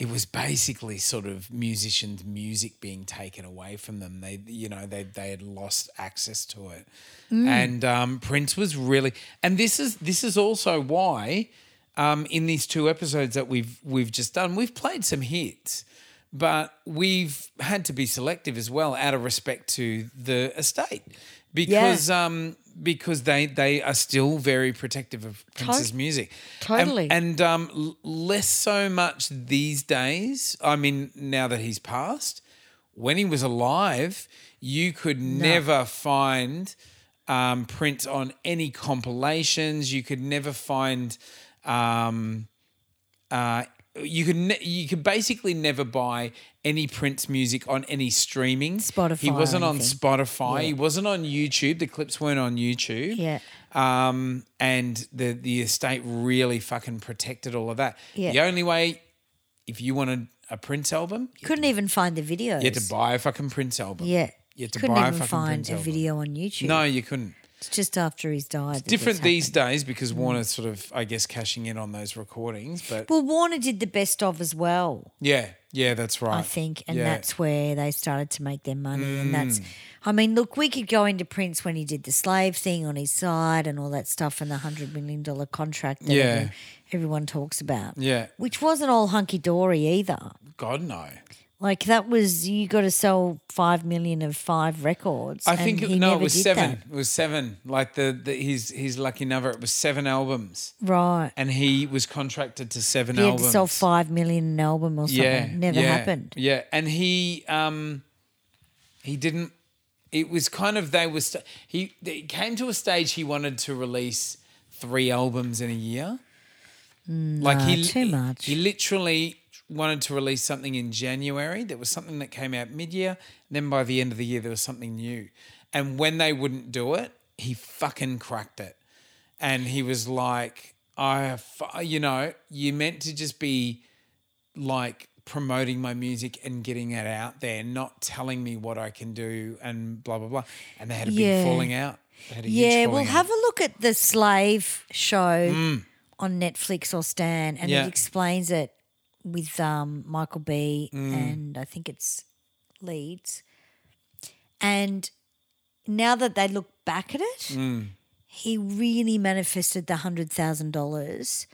S3: it was basically sort of musicians' music being taken away from them. They, you know, they they had lost access to it, and um, Prince was really. And this is this is also why um, in these two episodes that we've we've just done, we've played some hits, but we've had to be selective as well out of respect to the estate because um, because they they are still very protective of Prince's music. And-
S1: totally.
S3: And, um, l- less so much these days. I mean, now that he's passed, when he was alive, you could never find um, Prince on any compilations. You could never find. Um, uh, you could ne- you could basically never buy any Prince music on any streaming.
S1: Spotify
S3: He
S1: or
S3: wasn't on
S1: anything.
S3: Spotify. He wasn't on YouTube. The clips weren't on YouTube.
S1: Yeah.
S3: Um, and the the estate really fucking protected all of that.
S1: Yeah.
S3: The only way, if you wanted a Prince album, you
S1: Couldn't even find the videos.
S3: had to buy a fucking Prince album.
S1: Yeah.
S3: You had to
S1: Couldn't
S3: buy a
S1: even
S3: fucking
S1: find
S3: Prince
S1: a
S3: album.
S1: video on YouTube.
S3: No, you couldn't.
S1: It's just after he's died. that this
S3: Different these
S1: happened.
S3: days because Warner's sort of, I guess, cashing in on those recordings. But
S1: Well, Warner did the best of as well.
S3: yeah, yeah, that's right.
S1: I think, and
S3: Yeah. Mm.
S1: that's where they started to make their money. And that's, I mean, look, we could go into Prince when he did the slave thing on his side and all that stuff, and the hundred million dollar contract that
S3: Yeah.
S1: everyone, everyone talks about.
S3: Yeah.
S1: which wasn't all hunky dory either.
S3: God no.
S1: Like that was you got to sell five million of five records.
S3: I
S1: and
S3: think
S1: he
S3: no, it
S1: never
S3: was
S1: did
S3: seven. It was seven. Like the, the his his lucky number. It was seven albums,
S1: that. right?
S3: and he was contracted to seven
S1: He had
S3: albums.
S1: to sell five million an album or something. never
S3: yeah,
S1: happened.
S3: Yeah, and he um he didn't. It was kind of they was st- he it came to a stage he wanted to release three albums in a year. like he
S1: Mm, too much.
S3: He literally wanted to release something in January. There was something that came out mid-year, and then by the end of the year there was something new. And when they wouldn't do it, he fucking cracked it. And he was like, "I, fu- you know, you meant to just be." like promoting my music and getting it out there, not telling me what I can do and blah blah blah. And they had a big
S1: Yeah.
S3: falling out. They had a huge
S1: Yeah, well,
S3: falling out.
S1: have a look at the Slave show on Netflix or Stan, and
S3: Mm. Yeah.
S1: it explains it with um, Michael B.
S3: Mm.
S1: and I think it's Leeds. And now that they look back at it,
S3: Mm.
S1: he really manifested the hundred thousand dollars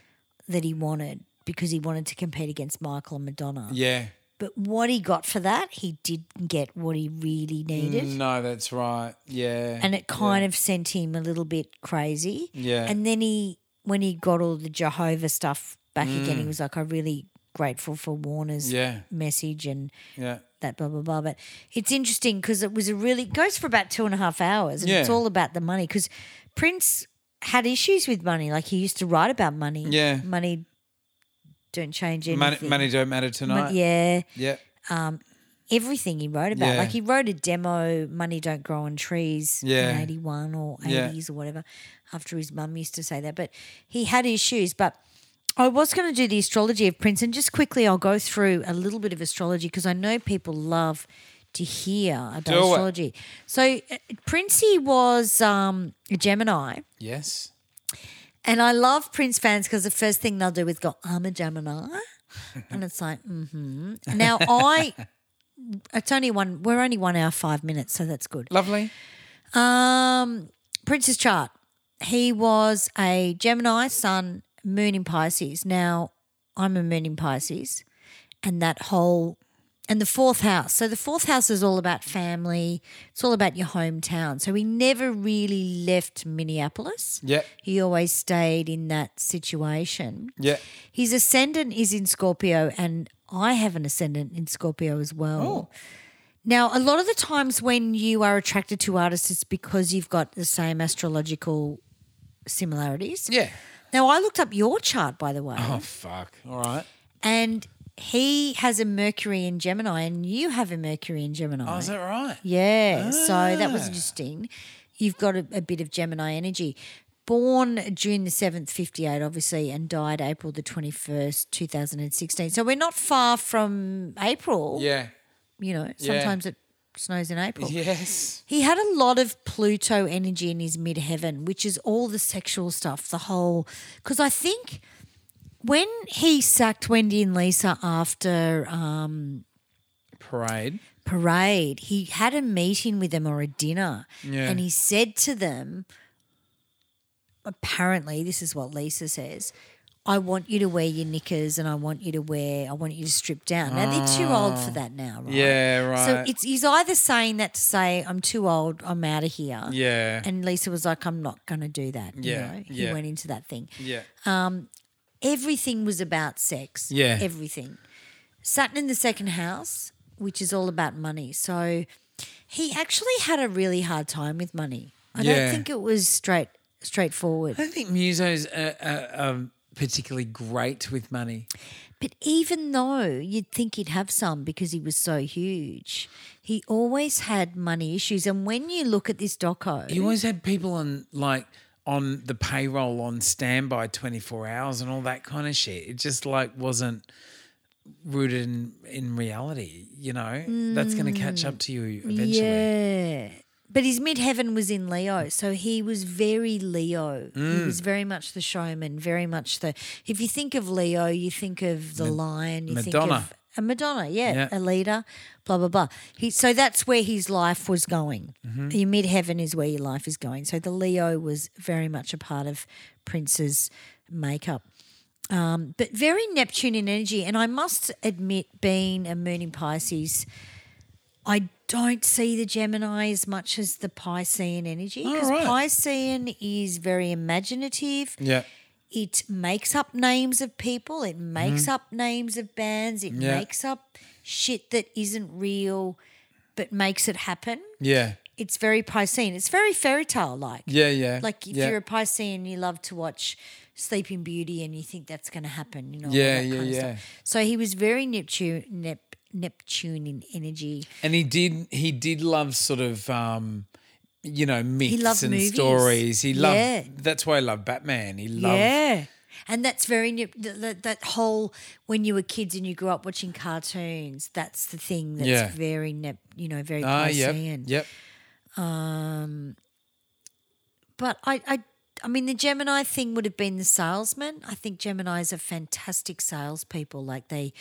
S1: that he wanted because he wanted to compete against Michael and Madonna.
S3: yeah.
S1: But what he got for that, he didn't get what he really needed
S3: No, that's right. Yeah.
S1: and it kind of sent him a little bit crazy.
S3: Yeah.
S1: And then he, when he got all the Jehovah stuff back again, he was like, "I'm really grateful for Warner's
S3: Mm. Yeah.
S1: message and
S3: yeah.
S1: that blah blah blah. But it's interesting because it was a really it goes for about two and a half hours, and it's
S3: Yeah.
S1: all about the money because Prince had issues with money. Like he used to write about money.
S3: Yeah.
S1: money don't change
S3: Money,
S1: anything.
S3: money don't matter tonight.
S1: Mon- yeah,
S3: Yeah.
S1: everything he wrote about.
S3: Yeah.
S1: Like he wrote a demo, "Money Don't Grow on Trees" in
S3: Yeah.
S1: '81 or
S3: Yeah.
S1: '80s or whatever. After his mum used to say that, but he had issues. But I was going to do the astrology of Prince, and just quickly, I'll go through a little bit of astrology because I know people love to hear about
S3: Do it.
S1: astrology. So uh, Princey was um, a Gemini.
S3: Yes.
S1: And I love Prince fans because the first thing they'll do is go, I'm a Gemini. and it's like, mm-hmm. Now I it's only one we're only one hour five minutes, so that's good.
S3: Lovely.
S1: Um Prince's chart. He was a Gemini, Sun, Moon in Pisces. Now I'm a Moon in Pisces. And that whole and the fourth house. So the fourth house is all about family. It's all about your hometown. So he never really left Minneapolis.
S3: Yep.
S1: He always stayed in that situation.
S3: Yeah.
S1: His ascendant is in Scorpio, and I have an ascendant in Scorpio as well. Now, a lot of the times when you are attracted to artists, it's because you've got the same astrological similarities.
S3: Yeah.
S1: Now, I looked up your chart, by the way,
S3: Oh fuck. All right.
S1: and he has a Mercury in Gemini, and you have a Mercury in Gemini.
S3: Oh, is that right?
S1: Yeah. So that was
S3: Ah.
S1: interesting. You've got a, a bit of Gemini energy. Born June the 7th, 58, obviously, and died April the 21st, 2016. So we're not far from April.
S3: Yeah.
S1: You know,
S3: Yeah.
S1: sometimes it snows in April.
S3: Yes.
S1: He had a lot of Pluto energy in his midheaven, which is all the sexual stuff, the whole. Because I think when he sacked Wendy and Lisa after um,
S3: Parade.
S1: parade, he had a meeting with them or a dinner,
S3: Yeah.
S1: and he said to them, apparently, this is what Lisa says. I want you to wear your knickers and I want you to wear, I want you to strip down. Now, they're too old for that now, right?
S3: Ah. Yeah. Right.
S1: So it's he's either saying that to say, I'm too old, I'm out of here.
S3: yeah.
S1: And Lisa was like, I'm not going to do that.
S3: Yeah,
S1: You know, he
S3: yeah.
S1: went into that thing
S3: yeah.
S1: everything was about sex.
S3: Yeah.
S1: Everything. Saturn in the second house, which is all about money. So he actually had a really hard time with money. I don't
S3: Yeah.
S1: think it was straight straightforward.
S3: I don't think musos are, are, are particularly great with money.
S1: But even though you'd think he'd have some because he was so huge, he always had money issues. And when you look at this doco,
S3: You always had people on like on the payroll on standby twenty four hours and all that kind of shit. It just like wasn't rooted in, in reality. You know that's going to catch up to you eventually.
S1: Yeah. But his midheaven was in Leo, so he was very Leo.
S3: Mm.
S1: He was very much the showman, very much the. If you think of Leo, you think of the lion, you
S3: Madonna.
S1: think of a Madonna, yeah,
S3: Yeah.
S1: a leader, blah blah blah. He, so that's where his life was going.
S3: Mm-hmm.
S1: Your midheaven is where your life is going. So the Leo was very much a part of Prince's makeup but very Neptune in energy. And I must admit, being a moon in Pisces, I don't see the Gemini as much as the Piscean energy because
S3: right.
S1: Piscean is very imaginative.
S3: Yeah.
S1: It makes up names of people, it makes up names of bands, it
S3: Mm-hmm. Yeah.
S1: makes up shit that isn't real but makes it happen.
S3: Yeah.
S1: It's very Piscean, it's very fairy tale like.
S3: Yeah. Yeah.
S1: Like if
S3: yeah.
S1: you're a Piscean, you love to watch Sleeping Beauty, and you think that's going to happen. You know, all
S3: Yeah,
S1: that
S3: yeah,
S1: kind of
S3: yeah.
S1: Stuff. So he was very Neptune, Nep, Neptune in energy.
S3: and he did he did love sort of um you know myths
S1: loved
S3: and
S1: movies.
S3: stories. He loved
S1: Yeah.
S3: that's why I love Batman. He loved Ah,
S1: Yeah. And that's very nep- that, that, that whole when you were kids and you grew up watching cartoons. That's the thing that's
S3: Yeah.
S1: very nep, you know, very
S3: Ah, yep,
S1: Piscean.
S3: yep.
S1: But I, I, I mean, the Gemini thing would have been the salesman. I think Geminis are fantastic salespeople. Like they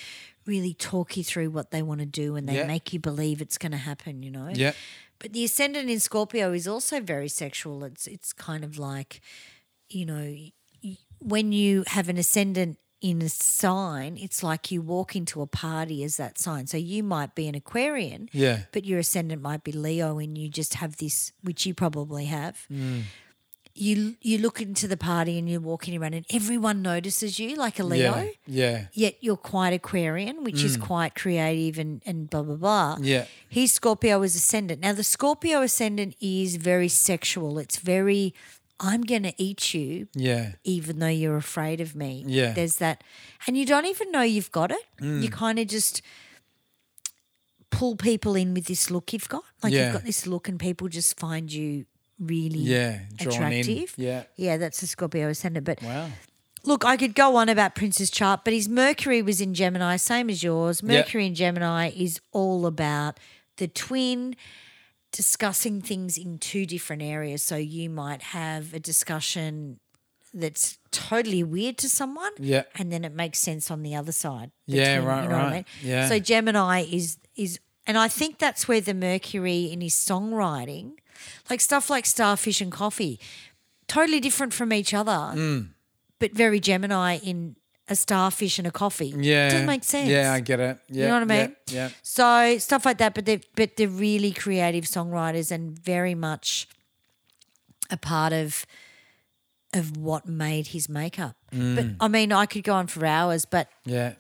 S1: really talk you through what they want to do and they
S3: Yeah.
S1: make you believe it's going to happen. You know.
S3: Yeah.
S1: But the ascendant in Scorpio is also very sexual. It's it's kind of like, you know, y- when you have an ascendant in a sign, it's like you walk into a party as that sign. So you might be an Aquarian,
S3: Yeah.
S1: but your ascendant might be Leo, and you just have this, which you probably have. you you look into the party and you're walking around and everyone notices you like a Leo.
S3: Yeah. Yeah.
S1: Yet you're quite Aquarian, which is quite creative and, and blah, blah, blah.
S3: Yeah.
S1: He's Scorpio as ascendant. Now, the Scorpio ascendant is very sexual. It's very, I'm going to eat you,
S3: Yeah.
S1: even though you're afraid of me.
S3: Yeah. Mm.
S1: There's that. And you don't even know you've got it. You kind of just pull people in with this look you've got. Like
S3: Yeah.
S1: you've got this look and people just find you really
S3: Yeah, drawn in.
S1: attractive.
S3: Yeah.
S1: Yeah, that's the Scorpio ascendant. But
S3: Wow.
S1: look, I could go on about Prince's chart, but his Mercury was in Gemini, same as yours.
S3: Yeah.
S1: Mercury in Gemini is all about the twin discussing things in two different areas. So you might have a discussion that's totally weird to someone,
S3: Yeah.
S1: and then it makes sense on the other side. the
S3: Yeah, right,
S1: you know what I
S3: right.
S1: mean?
S3: Yeah.
S1: So Gemini is is, and I think that's where the Mercury in his songwriting, like stuff like Starfish and Coffee, totally different from each other,
S3: Mm.
S1: but very Gemini in a starfish and a coffee.
S3: Yeah.
S1: doesn't make sense.
S3: Yeah, I get it. Yeah.
S1: You know what I mean?
S3: Yeah.
S1: So stuff like that, but they're but they're really creative songwriters and very much a part of of what made his makeup. But I mean, I could go on for hours, but
S3: Yeah.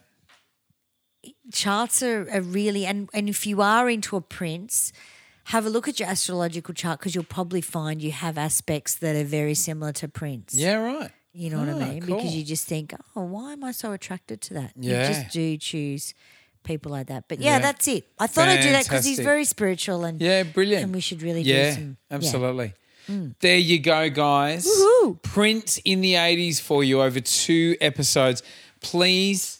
S1: charts are, are really and and if you are into a prince, have a look at your astrological chart because you'll probably find you have aspects that are very similar to Prince.
S3: Yeah. Right.
S1: You know what
S3: Ah,
S1: I mean?
S3: cool.
S1: Because you just think, oh, why am I so attracted to that? You
S3: Yeah.
S1: just do choose people like that. But yeah,
S3: Yeah.
S1: that's it. I thought I'd do that because he's
S3: Fantastic.
S1: very spiritual and
S3: Yeah, brilliant.
S1: and we should really do
S3: yeah,
S1: some- yeah. Mm.
S3: absolutely. There you go, guys.
S1: Woohoo.
S3: Prince in the 80s for you over two episodes. Please,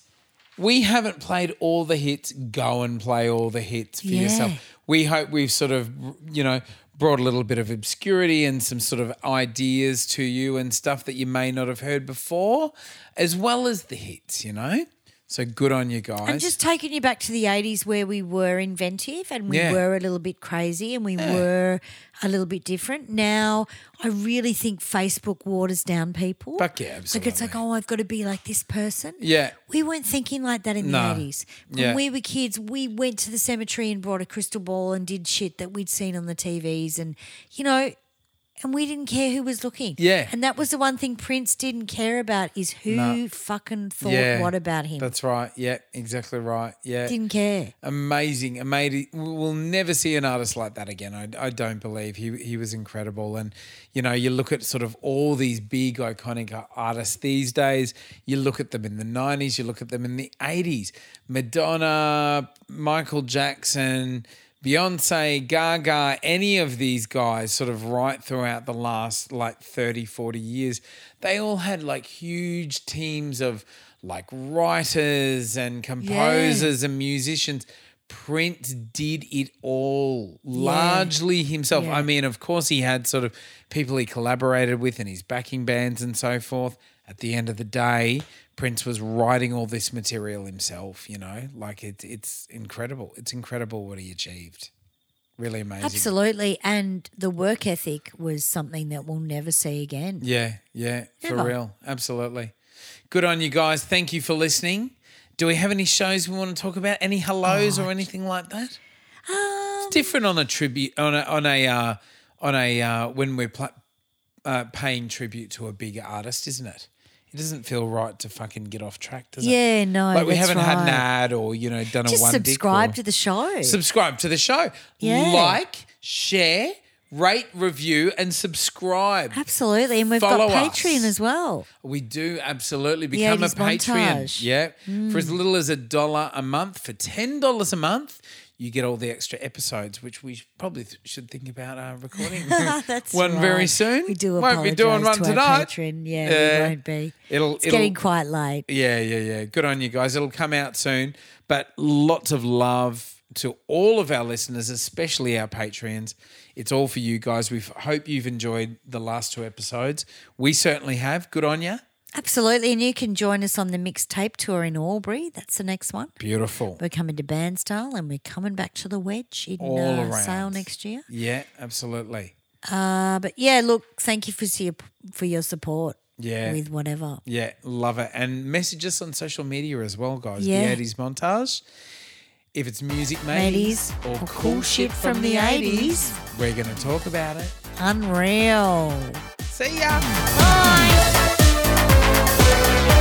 S3: we haven't played all the hits. Go and play all the hits for
S1: Yeah.
S3: yourself. We hope we've sort of, you know, brought a little bit of obscurity and some sort of ideas to you and stuff that you may not have heard before, as well as the hits, you know? So good on you guys.
S1: I'm just taking you back to the 80s where we were inventive and we
S3: Yeah.
S1: were a little bit crazy and we were a little bit different. Now, I really think Facebook waters down people.
S3: Fuck yeah,
S1: Like it's like, oh, I've got to be like this person.
S3: yeah.
S1: We weren't thinking like that in
S3: No.
S1: the 80s. When
S3: Yeah.
S1: we were kids, we went to the cemetery and brought a crystal ball and did shit that we'd seen on the TVs and, you know, and we didn't care who was looking.
S3: Yeah.
S1: And that was the one thing Prince didn't care about is who fucking thought what about him.
S3: That's right. Yeah, exactly right. Yeah.
S1: didn't care.
S3: amazing, amazing. We'll never see an artist like that again. I, I don't believe he he was incredible. And you know, you look at sort of all these big iconic a- artists these days. You look at them in the '90s. You look at them in the '80s. Madonna, Michael Jackson. Beyonce, Gaga, any of these guys, sort of right throughout the last like 30, 40 years, they all had like huge teams of like writers and composers as and musicians. Prince did it all largely himself. I mean, of course, he had sort of people he collaborated with and his backing bands and so forth. At the end of the day, Prince was writing all this material himself, you know, like it, it's incredible. It's incredible what he achieved. Really amazing.
S1: Absolutely. And the work ethic was something that we'll never see again.
S3: Yeah, yeah, for
S1: Never.
S3: real. Absolutely. Good on you guys. Thank you for listening. Do we have any shows we want to talk about? Any hellos or anything like that?
S1: Um,
S3: it's different on a tribute on a on a uh, on a uh, when we're pl- uh, paying tribute to a bigger artist, isn't it? It doesn't feel right to fucking get off track, does it?
S1: Yeah, no.
S3: Like we
S1: that's
S3: haven't had an
S1: right.
S3: ad or you know done a
S1: Just
S3: one. dick
S1: subscribe
S3: or-
S1: to the show.
S3: subscribe to the show.
S1: Yeah.
S3: Like, share, rate, review, and subscribe.
S1: Absolutely. And we've got
S3: Follow us.
S1: Patreon as well.
S3: We do absolutely become a
S1: 80s
S3: Patreon.
S1: montage. Mm.
S3: Yeah. For as little as a dollar a month, for $10 a month, you get all the extra episodes, which we probably th- should think about uh, recording
S1: That's
S3: one
S1: right.
S3: very soon.
S1: We do
S3: Won't be doing
S1: apologise
S3: one
S1: to Our
S3: tonight.
S1: patron. Yeah,
S3: Yeah.
S1: we won't be.
S3: It'll-
S1: it's
S3: it'll-
S1: getting quite late.
S3: Yeah, yeah, yeah. Good on you guys. It'll come out soon. But lots of love to all of our listeners, especially our Patreons. It's all for you guys. We hope you've enjoyed the last two episodes. We certainly have. Good on you.
S1: Absolutely. And you can join us on the mixtape tour in Albury. That's the next one.
S3: Beautiful.
S1: We're coming to Bandstyle and we're coming back to the Wedge in
S3: All
S1: uh,
S3: around.
S1: Sale next year.
S3: Yeah, absolutely.
S1: Uh, but yeah, look, thank you for your, for your support.
S3: Yeah.
S1: With whatever.
S3: Yeah, love it. And message us on social media as well, guys.
S1: Yeah.
S3: The 80s montage. If it's music mateys
S1: Mateys
S3: or, cool shit from the 80s, we're going to talk about it.
S1: Unreal.
S3: See ya.
S5: Bye.
S1: ah,